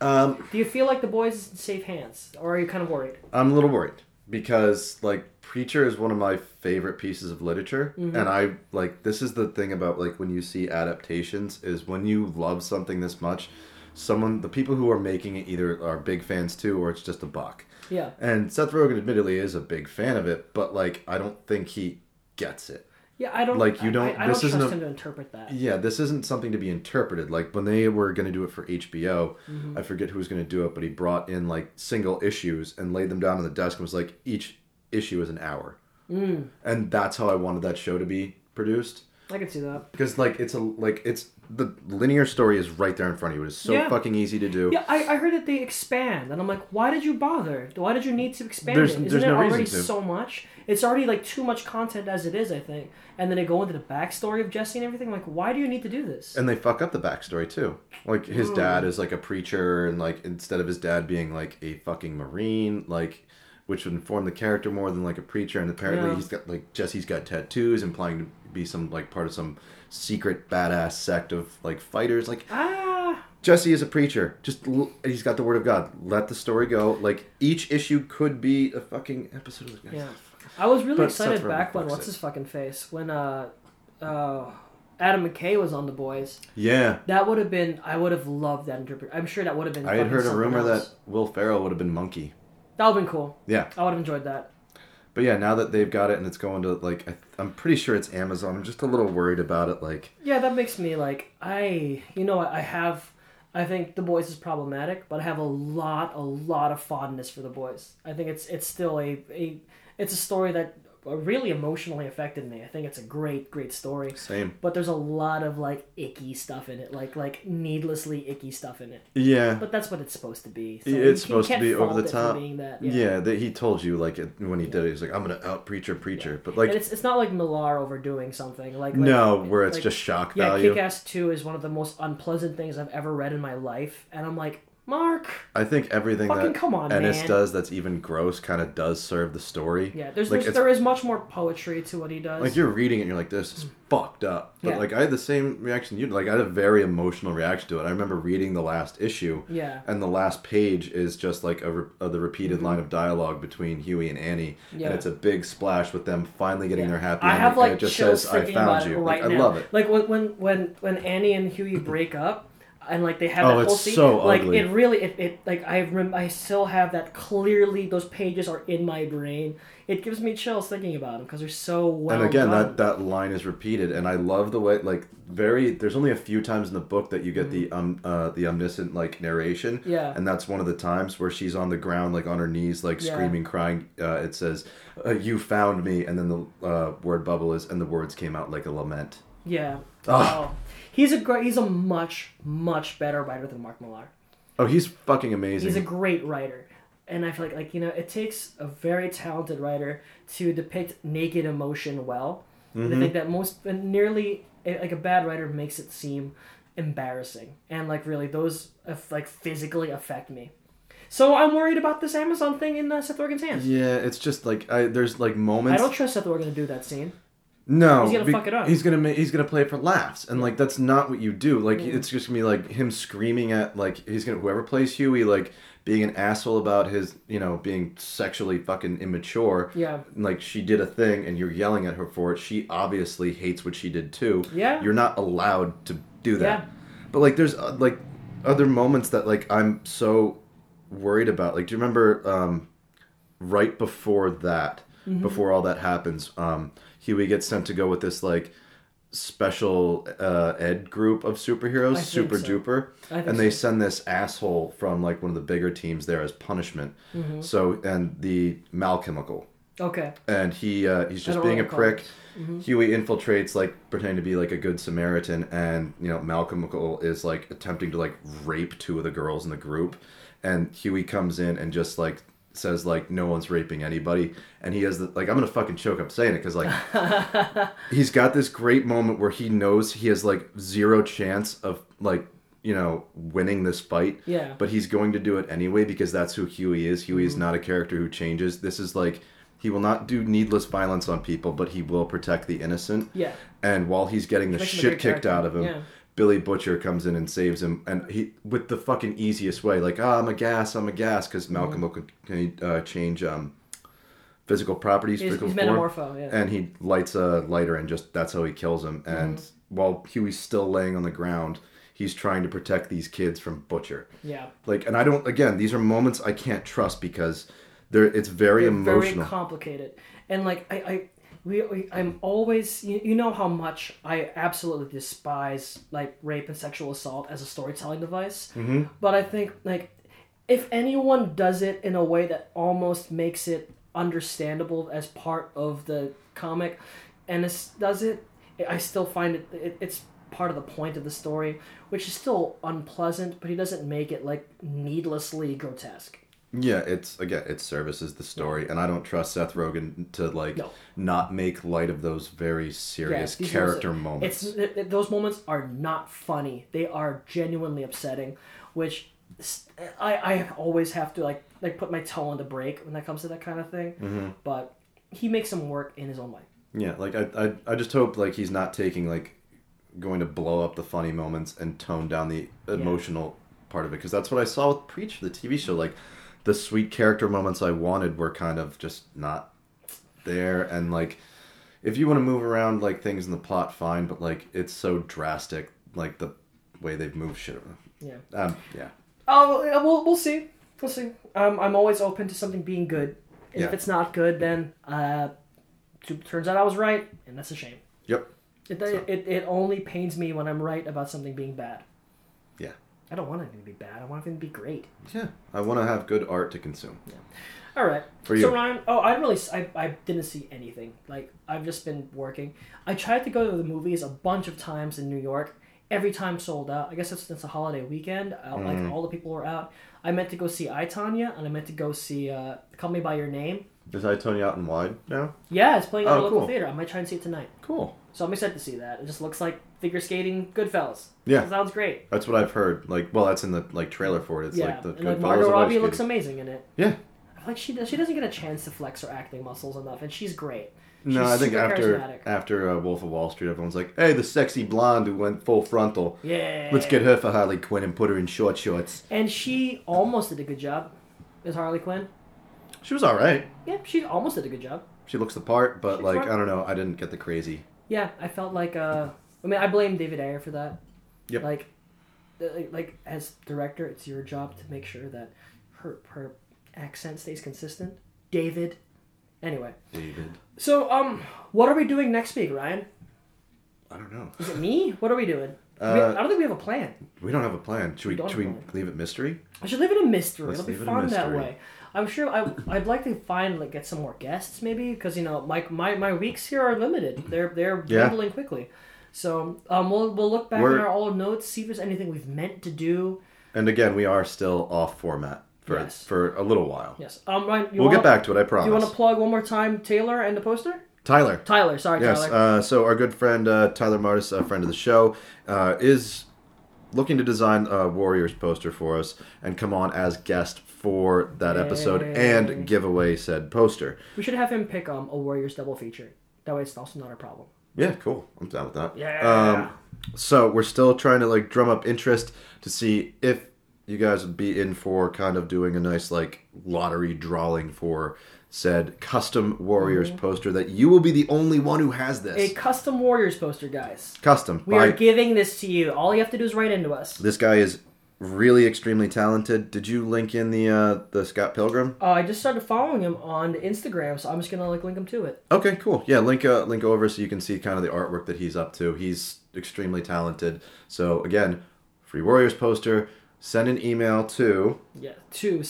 [SPEAKER 1] Um,
[SPEAKER 2] Do you feel like the boys is in safe hands, or are you kind of worried?
[SPEAKER 1] I'm a little worried because like Preacher is one of my favorite pieces of literature and I like this is the thing about like when you see adaptations is when you love something this much someone the people who are making it either are big fans too or it's just a buck.
[SPEAKER 2] Yeah.
[SPEAKER 1] And Seth Rogen admittedly is a big fan of it but like I don't think he gets it.
[SPEAKER 2] Yeah, I don't.
[SPEAKER 1] Like, you don't-
[SPEAKER 2] I, I
[SPEAKER 1] this
[SPEAKER 2] don't
[SPEAKER 1] isn't
[SPEAKER 2] trust
[SPEAKER 1] a-
[SPEAKER 2] him to interpret that.
[SPEAKER 1] Yeah, this isn't something to be interpreted. Like when they were going to do it for HBO,
[SPEAKER 2] Mm-hmm.
[SPEAKER 1] I forget who was going to do it, but he brought in like single issues and laid them down on the desk and was like, each issue is an hour. Mm. And that's how I wanted that show to be produced.
[SPEAKER 2] I can see that.
[SPEAKER 1] Because like it's a like it's the linear story is right there in front of you. It's so
[SPEAKER 2] Yeah.
[SPEAKER 1] fucking easy to do.
[SPEAKER 2] Yeah, I, I heard that they expand, and I'm like, why did you bother? Why did you need to expand
[SPEAKER 1] There's-
[SPEAKER 2] it? Isn't
[SPEAKER 1] there's
[SPEAKER 2] it
[SPEAKER 1] no reason
[SPEAKER 2] already
[SPEAKER 1] to.
[SPEAKER 2] so much? It's already like too much content as it is, I think. And then they go into the backstory of Jesse and everything. Like, why do you need to do this?
[SPEAKER 1] And they fuck up the backstory too. Like his
[SPEAKER 2] Hmm.
[SPEAKER 1] dad is like a preacher, and like instead of his dad being like a fucking marine, like which would inform the character more than like a preacher. And apparently
[SPEAKER 2] Yeah.
[SPEAKER 1] he's got like Jesse's got tattoos, implying to be some like part of some secret badass sect of like fighters. Like
[SPEAKER 2] ah,
[SPEAKER 1] Jesse is a preacher. Just l- he's got the word of God. Let the story go. Like each issue could be a fucking episode of the
[SPEAKER 2] yeah. I was really
[SPEAKER 1] But Seth
[SPEAKER 2] excited
[SPEAKER 1] Rogen
[SPEAKER 2] back when
[SPEAKER 1] fucks
[SPEAKER 2] what's
[SPEAKER 1] it.
[SPEAKER 2] his fucking face when uh, uh, Adam McKay was on the boys.
[SPEAKER 1] yeah.
[SPEAKER 2] That would have been. I would have loved that interpret. I'm sure that would have been.
[SPEAKER 1] I had
[SPEAKER 2] fucking
[SPEAKER 1] heard a
[SPEAKER 2] something
[SPEAKER 1] rumor
[SPEAKER 2] else.
[SPEAKER 1] that Will Ferrell would have been Monkey.
[SPEAKER 2] that would have been cool.
[SPEAKER 1] Yeah.
[SPEAKER 2] I would have enjoyed that.
[SPEAKER 1] But yeah, now that they've got it and it's going to like, I, I'm pretty sure it's Amazon. I'm just a little worried about it. Like,
[SPEAKER 2] Yeah, that makes me like I. You know, I have. I think the boys is problematic, but I have a lot, a lot of fondness for the boys. I think it's it's still a, a it's a story that really emotionally affected me. I think it's a great, great story.
[SPEAKER 1] Same.
[SPEAKER 2] But there's a lot of like icky stuff in it, like like needlessly icky stuff in it.
[SPEAKER 1] yeah,
[SPEAKER 2] But that's what it's supposed to be. So
[SPEAKER 1] Yeah,
[SPEAKER 2] you
[SPEAKER 1] it's
[SPEAKER 2] can't-
[SPEAKER 1] supposed to
[SPEAKER 2] can't
[SPEAKER 1] be over
[SPEAKER 2] fault
[SPEAKER 1] the
[SPEAKER 2] it for
[SPEAKER 1] top.
[SPEAKER 2] being that,
[SPEAKER 1] yeah, that he told you like it- when he did it, he's like, I'm gonna out preacher preacher. But like,
[SPEAKER 2] And it's, it's not like Millar overdoing something. Like, like
[SPEAKER 1] no, where it's
[SPEAKER 2] like-
[SPEAKER 1] just shock
[SPEAKER 2] yeah,
[SPEAKER 1] value.
[SPEAKER 2] Kick Ass Two is one of the most unpleasant things I've ever read in my life, and I'm like, Mark.
[SPEAKER 1] I think everything
[SPEAKER 2] Fucking
[SPEAKER 1] that
[SPEAKER 2] come on,
[SPEAKER 1] Ennis
[SPEAKER 2] man.
[SPEAKER 1] does that's even gross kind of does serve the story.
[SPEAKER 2] Yeah, there's,
[SPEAKER 1] like
[SPEAKER 2] there's
[SPEAKER 1] it's-
[SPEAKER 2] there is much more poetry to what he does.
[SPEAKER 1] like you're reading it, and you're like, this is fucked up. But
[SPEAKER 2] Mm. Yeah.
[SPEAKER 1] like, I had the same reaction you. did. Like, I had a very emotional reaction to it. I remember reading the last issue.
[SPEAKER 2] Yeah. Mm-hmm.
[SPEAKER 1] And the last page is just like a, re- uh, the repeated line of dialogue between Huey and Annie,
[SPEAKER 2] Yeah.
[SPEAKER 1] and it's a big splash with them finally getting their happy.
[SPEAKER 2] I
[SPEAKER 1] ending,
[SPEAKER 2] have like
[SPEAKER 1] and it just
[SPEAKER 2] chills
[SPEAKER 1] says, "I
[SPEAKER 2] thinking
[SPEAKER 1] found
[SPEAKER 2] about it
[SPEAKER 1] you."
[SPEAKER 2] right
[SPEAKER 1] like,
[SPEAKER 2] now.
[SPEAKER 1] I love it.
[SPEAKER 2] Like when when when when Annie and Huey break up. And like they have
[SPEAKER 1] Oh,
[SPEAKER 2] that whole
[SPEAKER 1] it's
[SPEAKER 2] scene,
[SPEAKER 1] so
[SPEAKER 2] like
[SPEAKER 1] ugly.
[SPEAKER 2] it really, it, it like I rem- I still have that clearly. Those pages are in my brain. It gives me chills thinking about them because they're so well
[SPEAKER 1] and again
[SPEAKER 2] done.
[SPEAKER 1] that that line is repeated and i love the way like very there's only a few times in the book that you get the um uh the omniscient like narration
[SPEAKER 2] Mm-hmm. Yeah.
[SPEAKER 1] and that's one of the times where she's on the ground like on her knees like
[SPEAKER 2] Yeah.
[SPEAKER 1] screaming crying uh, it says uh, you found me and then the uh, word bubble is and the words came out like a lament
[SPEAKER 2] Yeah. Oh. He's a great. He's a much much better writer than Mark Millar.
[SPEAKER 1] oh he's fucking amazing
[SPEAKER 2] He's a great writer, and I feel like like you know it takes a very talented writer to depict naked emotion well. And I
[SPEAKER 1] Mm-hmm.
[SPEAKER 2] think that most and nearly eh, like a bad writer makes it seem embarrassing and like really those aff- like physically affect me. So I'm worried about this Amazon thing in uh, Seth Rogen's hands.
[SPEAKER 1] Yeah, it's just like I, there's like
[SPEAKER 2] I
[SPEAKER 1] moments.
[SPEAKER 2] don't trust Seth Rogen to do that scene.
[SPEAKER 1] no,
[SPEAKER 2] he's gonna fuck it up.
[SPEAKER 1] He's gonna ma- he's gonna play it for laughs, and like that's not what you do. Like it's just gonna be like him screaming at like he's gonna whoever plays Huey like being an asshole about his you know being sexually fucking immature.
[SPEAKER 2] Yeah.
[SPEAKER 1] like she did a thing, and you're yelling at her for it. She obviously hates what she did too.
[SPEAKER 2] Yeah.
[SPEAKER 1] you're not allowed to do that.
[SPEAKER 2] Yeah.
[SPEAKER 1] But like there's uh, like other moments that like I'm so worried about. Like do you remember um right before that,
[SPEAKER 2] Mm-hmm.
[SPEAKER 1] before all that happens, um, Huey gets sent to go with this like special uh, ed group of superheroes,
[SPEAKER 2] I think
[SPEAKER 1] super
[SPEAKER 2] so.
[SPEAKER 1] duper,
[SPEAKER 2] I think
[SPEAKER 1] and they send this asshole from like one of the bigger teams there as punishment.
[SPEAKER 2] Mm-hmm.
[SPEAKER 1] So and the Malchemical
[SPEAKER 2] Okay.
[SPEAKER 1] and he uh, he's just
[SPEAKER 2] don't
[SPEAKER 1] being a
[SPEAKER 2] recall
[SPEAKER 1] prick. Huey infiltrates, like pretending to be like a good Samaritan, and you know Malcolm McCall is like attempting to like rape two of the girls in the group, and Huey comes in and just like says like no one's raping anybody, and he has the like I'm gonna fucking choke up saying it because like he's got this great moment where he knows he has like zero chance of like you know winning this fight
[SPEAKER 2] Yeah. Mm-hmm.
[SPEAKER 1] but he's going to do it anyway because that's who huey is huey is not a character who changes this is like he will not do needless violence on people but he will protect the innocent
[SPEAKER 2] Yeah.
[SPEAKER 1] and while he's getting the
[SPEAKER 2] Makes him a
[SPEAKER 1] shit
[SPEAKER 2] great
[SPEAKER 1] kicked
[SPEAKER 2] character.
[SPEAKER 1] out of him
[SPEAKER 2] Yeah.
[SPEAKER 1] billy butcher comes in and saves him and he with the fucking easiest way like ah i'm a gas i'm a gas because
[SPEAKER 2] Mm-hmm.
[SPEAKER 1] malcolm can uh, change um physical properties
[SPEAKER 2] He's-
[SPEAKER 1] physical
[SPEAKER 2] he's
[SPEAKER 1] form,
[SPEAKER 2] metamorpho, yeah.
[SPEAKER 1] and he lights a lighter and just that's how he kills him and
[SPEAKER 2] Mm-hmm.
[SPEAKER 1] while huey's still laying on the ground he's trying to protect these kids from butcher
[SPEAKER 2] Yeah.
[SPEAKER 1] like and i don't again these are moments i can't trust because they're it's very
[SPEAKER 2] They're
[SPEAKER 1] emotional
[SPEAKER 2] Very complicated. And like I, I we, we I'm always you, you know how much I absolutely despise like rape and sexual assault as a storytelling device. Mm-hmm. But I think like if anyone does it in a way that almost makes it understandable as part of the comic and this does it I still find it, it it's part of the point of the story which is still unpleasant but he doesn't make it like needlessly grotesque
[SPEAKER 1] Yeah, it's again, it services the story, and I don't trust Seth Rogen to like
[SPEAKER 2] No.
[SPEAKER 1] not make light of those very serious
[SPEAKER 2] these
[SPEAKER 1] character
[SPEAKER 2] moments-
[SPEAKER 1] moments.
[SPEAKER 2] It's th- th- those moments are not funny. They are genuinely upsetting, which s- I I always have to like like put my toe on the brake when it comes to that kind of thing.
[SPEAKER 1] Mm-hmm.
[SPEAKER 2] But he makes them work in his own way.
[SPEAKER 1] yeah, like I, I, I just hope like he's not taking like going to blow up the funny moments and tone down the emotional part of it because that's what I saw with Preacher, the TV show. Like the sweet character moments I wanted were kind of just not there, and like if you want to move around like things in the plot, fine, but like it's so drastic, like the way they've moved shit. around.
[SPEAKER 2] Yeah.
[SPEAKER 1] Um, yeah.
[SPEAKER 2] Oh, yeah, we'll we'll see. We'll see. Um, I'm always open to something being good. And If
[SPEAKER 1] Yeah.
[SPEAKER 2] it's not good, then uh, t- turns out I was right, and that's a shame.
[SPEAKER 1] Yep.
[SPEAKER 2] It, it, it only pains me when I'm right about something being bad.
[SPEAKER 1] Yeah.
[SPEAKER 2] I don't want anything to be bad. I want everything to be great.
[SPEAKER 1] Yeah, I want to have good art to consume.
[SPEAKER 2] All right.
[SPEAKER 1] For
[SPEAKER 2] So
[SPEAKER 1] you.
[SPEAKER 2] Ryan, oh, I really, I, I didn't see anything. Like I've just been working. I tried to go to the movies a bunch of times in New York. Every time sold out. I guess it's, it's a holiday weekend. Uh,
[SPEAKER 1] Mm-hmm.
[SPEAKER 2] Like all the people were out. I meant to go see I Tanya, and I meant to go see uh, Call Me by Your Name.
[SPEAKER 1] Is I Tony out and wide now?
[SPEAKER 2] Yeah, it's playing at a
[SPEAKER 1] Oh,
[SPEAKER 2] local
[SPEAKER 1] cool.
[SPEAKER 2] theater. I might try and see it tonight.
[SPEAKER 1] Cool.
[SPEAKER 2] So I'm excited to see that. It just looks like figure skating Goodfellas.
[SPEAKER 1] Yeah.
[SPEAKER 2] It sounds great.
[SPEAKER 1] That's what I've heard. Like, well, that's in the like trailer for it. It's
[SPEAKER 2] yeah,
[SPEAKER 1] like the
[SPEAKER 2] and like
[SPEAKER 1] Goodfellas
[SPEAKER 2] Margot
[SPEAKER 1] of ice
[SPEAKER 2] Robbie looks
[SPEAKER 1] skating.
[SPEAKER 2] amazing in it.
[SPEAKER 1] Yeah.
[SPEAKER 2] Like she does, she doesn't get a chance to flex her acting muscles enough, and she's great.
[SPEAKER 1] No,
[SPEAKER 2] She's
[SPEAKER 1] I think
[SPEAKER 2] super
[SPEAKER 1] after
[SPEAKER 2] charismatic.
[SPEAKER 1] after uh, Wolf of Wall Street, everyone's like, "Hey, the sexy blonde who went full frontal.
[SPEAKER 2] Yeah.
[SPEAKER 1] Let's get her for Harley Quinn and put her in short shorts."
[SPEAKER 2] And she almost did a good job as Harley Quinn.
[SPEAKER 1] She was all right.
[SPEAKER 2] Yeah, she almost did a good job.
[SPEAKER 1] She looks the part, but
[SPEAKER 2] She's
[SPEAKER 1] like,
[SPEAKER 2] fine.
[SPEAKER 1] I don't know. I didn't get the crazy.
[SPEAKER 2] Yeah, I felt like uh, I mean, I blame David Ayer for that.
[SPEAKER 1] Yep.
[SPEAKER 2] Like, uh, like as director, it's your job to make sure that her her accent stays consistent. David. Anyway,
[SPEAKER 1] David.
[SPEAKER 2] so um, what are we doing next week, Ryan?
[SPEAKER 1] I don't know.
[SPEAKER 2] Is it me? What are we doing? We-
[SPEAKER 1] Uh,
[SPEAKER 2] I don't think we have a plan.
[SPEAKER 1] We don't have a plan. Should
[SPEAKER 2] don't
[SPEAKER 1] we? Should we
[SPEAKER 2] have a plan.
[SPEAKER 1] leave it mystery?
[SPEAKER 2] I should leave it a mystery.
[SPEAKER 1] Let's
[SPEAKER 2] It'll be
[SPEAKER 1] leave it a
[SPEAKER 2] fun that
[SPEAKER 1] mystery.
[SPEAKER 2] way. I'm sure I, I'd like to find like get some more guests maybe because you know like my, my weeks here are limited. They're they're
[SPEAKER 1] Yeah.
[SPEAKER 2] dwindling quickly. So um, we'll we'll look back
[SPEAKER 1] We're-
[SPEAKER 2] in our old notes, see if there's anything we've meant to do.
[SPEAKER 1] And again, we are still off format for
[SPEAKER 2] Yes.
[SPEAKER 1] for a little while.
[SPEAKER 2] Yes. Um, Ryan, you
[SPEAKER 1] We'll
[SPEAKER 2] wanna,
[SPEAKER 1] get back to it.
[SPEAKER 2] Do
[SPEAKER 1] I
[SPEAKER 2] you
[SPEAKER 1] promise.
[SPEAKER 2] want to plug one more time Taylor and the poster?
[SPEAKER 1] Tyler.
[SPEAKER 2] Tyler, sorry,
[SPEAKER 1] Yes.
[SPEAKER 2] Tyler.
[SPEAKER 1] Uh, so our good friend uh, Tyler Martis, a friend of the show, uh, is looking to design a Warriors poster for us and come on as guest for that episode
[SPEAKER 2] Yay.
[SPEAKER 1] and give away said poster.
[SPEAKER 2] we should have him pick um, a Warriors double feature. That way, it's also not a problem.
[SPEAKER 1] Yeah, cool. I'm down with that.
[SPEAKER 2] Yeah.
[SPEAKER 1] Um, so we're still trying to like drum up interest to see if you guys would be in for kind of doing a nice like lottery drawing for said custom Warriors
[SPEAKER 2] Mm-hmm.
[SPEAKER 1] poster that you will be the only one who has this.
[SPEAKER 2] A custom Warriors poster, guys.
[SPEAKER 1] custom.
[SPEAKER 2] We are giving this to you. All you have to do is write into us.
[SPEAKER 1] this guy is really extremely talented. Did you link in the uh, the Scott Pilgrim?
[SPEAKER 2] Uh, I just started following him on Instagram, so I'm just gonna like link him to it.
[SPEAKER 1] Okay, cool. Yeah, link uh, link over so you can see kind of the artwork that he's up to. He's extremely talented. So again, free Warriors poster. Send an email to
[SPEAKER 2] Yeah. To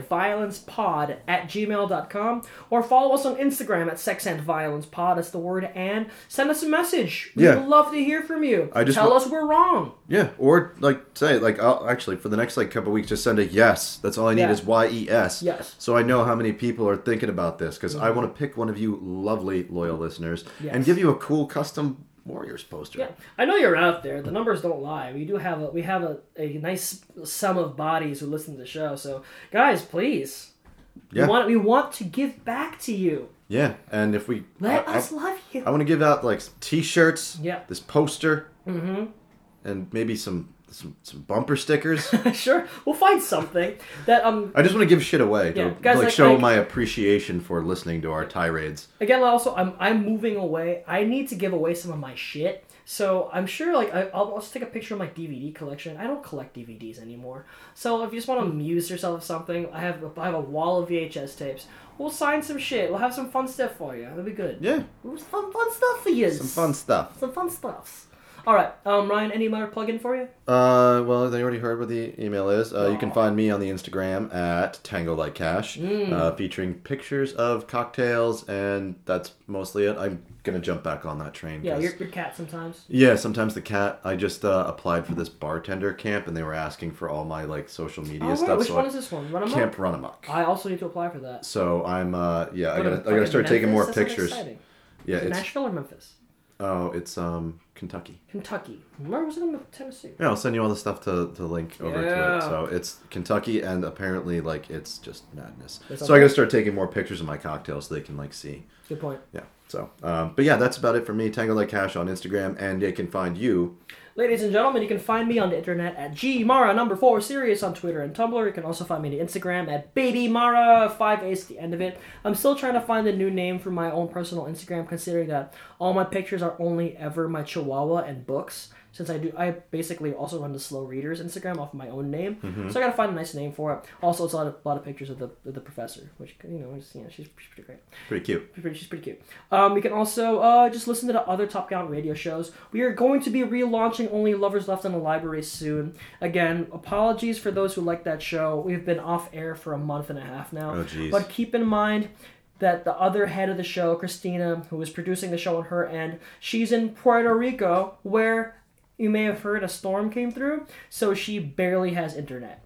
[SPEAKER 2] sexandviolencepod at gmail.com or follow us on Instagram at sexandviolencepod. That's the word and. Send us a message. We
[SPEAKER 1] Yeah.
[SPEAKER 2] would love to hear from you.
[SPEAKER 1] I just
[SPEAKER 2] Tell
[SPEAKER 1] wa-
[SPEAKER 2] us we're wrong.
[SPEAKER 1] yeah, or like say like I'll actually for the next like couple weeks just send a yes. That's all I need
[SPEAKER 2] Yeah.
[SPEAKER 1] is Y E S.
[SPEAKER 2] Yes. Mm-hmm.
[SPEAKER 1] So I know how many people are thinking about this because I want to pick one of you lovely loyal listeners
[SPEAKER 2] Yes.
[SPEAKER 1] and give you a cool custom Warriors poster.
[SPEAKER 2] Yeah, I know you're out there. The numbers don't lie. We do have a we have a, a nice sum of bodies who listen to the show. So guys, please,
[SPEAKER 1] Yeah.
[SPEAKER 2] we want we want to give back to you.
[SPEAKER 1] Yeah, and if we
[SPEAKER 2] Let
[SPEAKER 1] I- I-
[SPEAKER 2] us love you.
[SPEAKER 1] I want to give out like T-shirts.
[SPEAKER 2] Yeah.
[SPEAKER 1] This poster. Mm-hmm. And maybe some some, some bumper stickers.
[SPEAKER 2] sure, we'll find something that um
[SPEAKER 1] I just want to give shit away to
[SPEAKER 2] Yeah, guys,
[SPEAKER 1] like
[SPEAKER 2] like-
[SPEAKER 1] show
[SPEAKER 2] like-
[SPEAKER 1] my appreciation for listening to our tirades.
[SPEAKER 2] again also I'm I'm moving away. I need to give away some of my shit. So I'm sure like I, I'll also take a picture of my DVD collection. I don't collect DVDs anymore. So if you just want to
[SPEAKER 1] Hmm.
[SPEAKER 2] amuse yourself with something, I have I have a wall of VHS tapes. We'll sign some shit. We'll have some fun stuff for you. That'll be good.
[SPEAKER 1] Yeah,
[SPEAKER 2] It was fun, fun stuff for you.
[SPEAKER 1] some fun stuff.
[SPEAKER 2] Some fun stuffs. All right, um, Ryan, any other plug-in for you?
[SPEAKER 1] Uh, well, they already heard what the email is. Uh, you can find me on the Instagram at Tango Like Cash,
[SPEAKER 2] Mm.
[SPEAKER 1] uh, featuring pictures of cocktails, and that's mostly it. I'm gonna jump back on that train.
[SPEAKER 2] Yeah,
[SPEAKER 1] 'cause-
[SPEAKER 2] your, your cat sometimes.
[SPEAKER 1] Yeah, sometimes the cat. I just uh, applied for this bartender camp, and they were asking for all my like social media
[SPEAKER 2] All right,
[SPEAKER 1] stuff.
[SPEAKER 2] which
[SPEAKER 1] so
[SPEAKER 2] one
[SPEAKER 1] I-
[SPEAKER 2] is this one? Run 'em
[SPEAKER 1] Camp
[SPEAKER 2] up?
[SPEAKER 1] Run Amok.
[SPEAKER 2] I also need to apply for that.
[SPEAKER 1] So I'm uh yeah, I
[SPEAKER 2] Go to
[SPEAKER 1] gotta I
[SPEAKER 2] fucking
[SPEAKER 1] gotta start taking more
[SPEAKER 2] Memphis? That's
[SPEAKER 1] pictures.
[SPEAKER 2] exciting.
[SPEAKER 1] Yeah,
[SPEAKER 2] Is it
[SPEAKER 1] it's
[SPEAKER 2] Nashville or Memphis?
[SPEAKER 1] oh it's um Kentucky.
[SPEAKER 2] Kentucky. Where was it in Tennessee?
[SPEAKER 1] Yeah, I'll send you all the stuff to, to link over to
[SPEAKER 2] Yeah.
[SPEAKER 1] it. So it's Kentucky and apparently like it's just madness.
[SPEAKER 2] That's
[SPEAKER 1] so I
[SPEAKER 2] okay.
[SPEAKER 1] gotta start taking more pictures of my cocktails so they can like see.
[SPEAKER 2] Good point.
[SPEAKER 1] Yeah. So um but yeah, that's about it for me. Tango Like Cash on Instagram and they can find you
[SPEAKER 2] Ladies and gentlemen, you can find me on the internet at gmara number four serious on Twitter and Tumblr. You can also find me on Instagram at babymara five a's the end of it. I'm still trying to find a new name for my own personal Instagram, considering that all my pictures are only ever my Chihuahua and books. Since I do, I basically also run the Slow Readers Instagram off my own name, so I gotta find a nice name for it. Also, it's a lot of, lot of pictures of the of the professor, which you know, is, you know she's, she's pretty great
[SPEAKER 1] pretty cute.
[SPEAKER 2] pretty, she's pretty cute. Um, you can also uh, just listen to the other Top Gun radio shows. We are going to be relaunching Only Lovers Left in the Library soon. Again, apologies for those who like that show. We've been off air for a month and a half now.
[SPEAKER 1] Oh, jeez.
[SPEAKER 2] But keep in mind that the other head of the show, Christina, who is producing the show on her end, she's in Puerto Rico, where you may have heard a storm came through, so she barely has internet.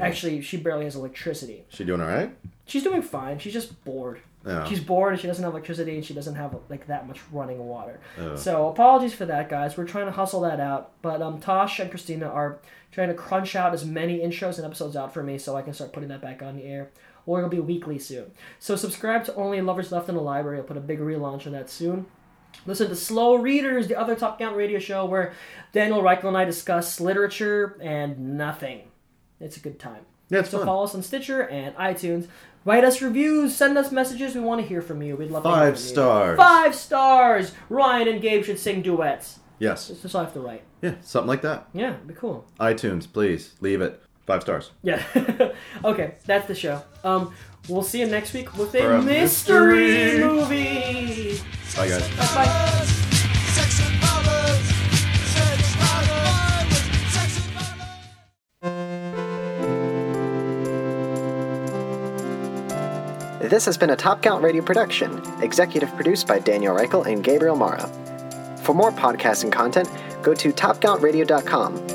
[SPEAKER 2] Actually, she barely has electricity.
[SPEAKER 1] She doing alright?
[SPEAKER 2] She's doing fine. She's just bored.
[SPEAKER 1] Yeah.
[SPEAKER 2] She's bored and she doesn't have electricity and she doesn't have like that much running water. So apologies for that, guys. We're trying to hustle that out, but um, Tosh and Christina are trying to crunch out as many intros and episodes out for me so I can start putting that back on the air. Or it'll be weekly soon. So subscribe to Only Lovers Left in the Library. I'll put a big relaunch of that soon. Listen to Slow Readers, the other Top Count radio show where Daniel Reichel and I discuss literature and nothing. It's a good time.
[SPEAKER 1] Yeah, it's
[SPEAKER 2] so
[SPEAKER 1] fun.
[SPEAKER 2] follow us on Stitcher and iTunes. Write us reviews, send us messages. We want to hear from you. We'd love to hear
[SPEAKER 1] Five
[SPEAKER 2] from you.
[SPEAKER 1] stars.
[SPEAKER 2] Five stars. Ryan and Gabe should sing duets.
[SPEAKER 1] Yes.
[SPEAKER 2] That's all I have to write.
[SPEAKER 1] Yeah, something like that.
[SPEAKER 2] Yeah, it'd be cool.
[SPEAKER 1] iTunes, please leave it. Five stars.
[SPEAKER 2] Yeah. okay, that's the show. Um, we'll see you next week with a,
[SPEAKER 1] For a
[SPEAKER 2] mystery
[SPEAKER 1] mystery.
[SPEAKER 2] movie.
[SPEAKER 1] Bye guys.
[SPEAKER 9] This has been a Top Count Radio production, executive produced by Daniel Reichel and Gabriel Mara. For more podcasting content, go to topcountradio.com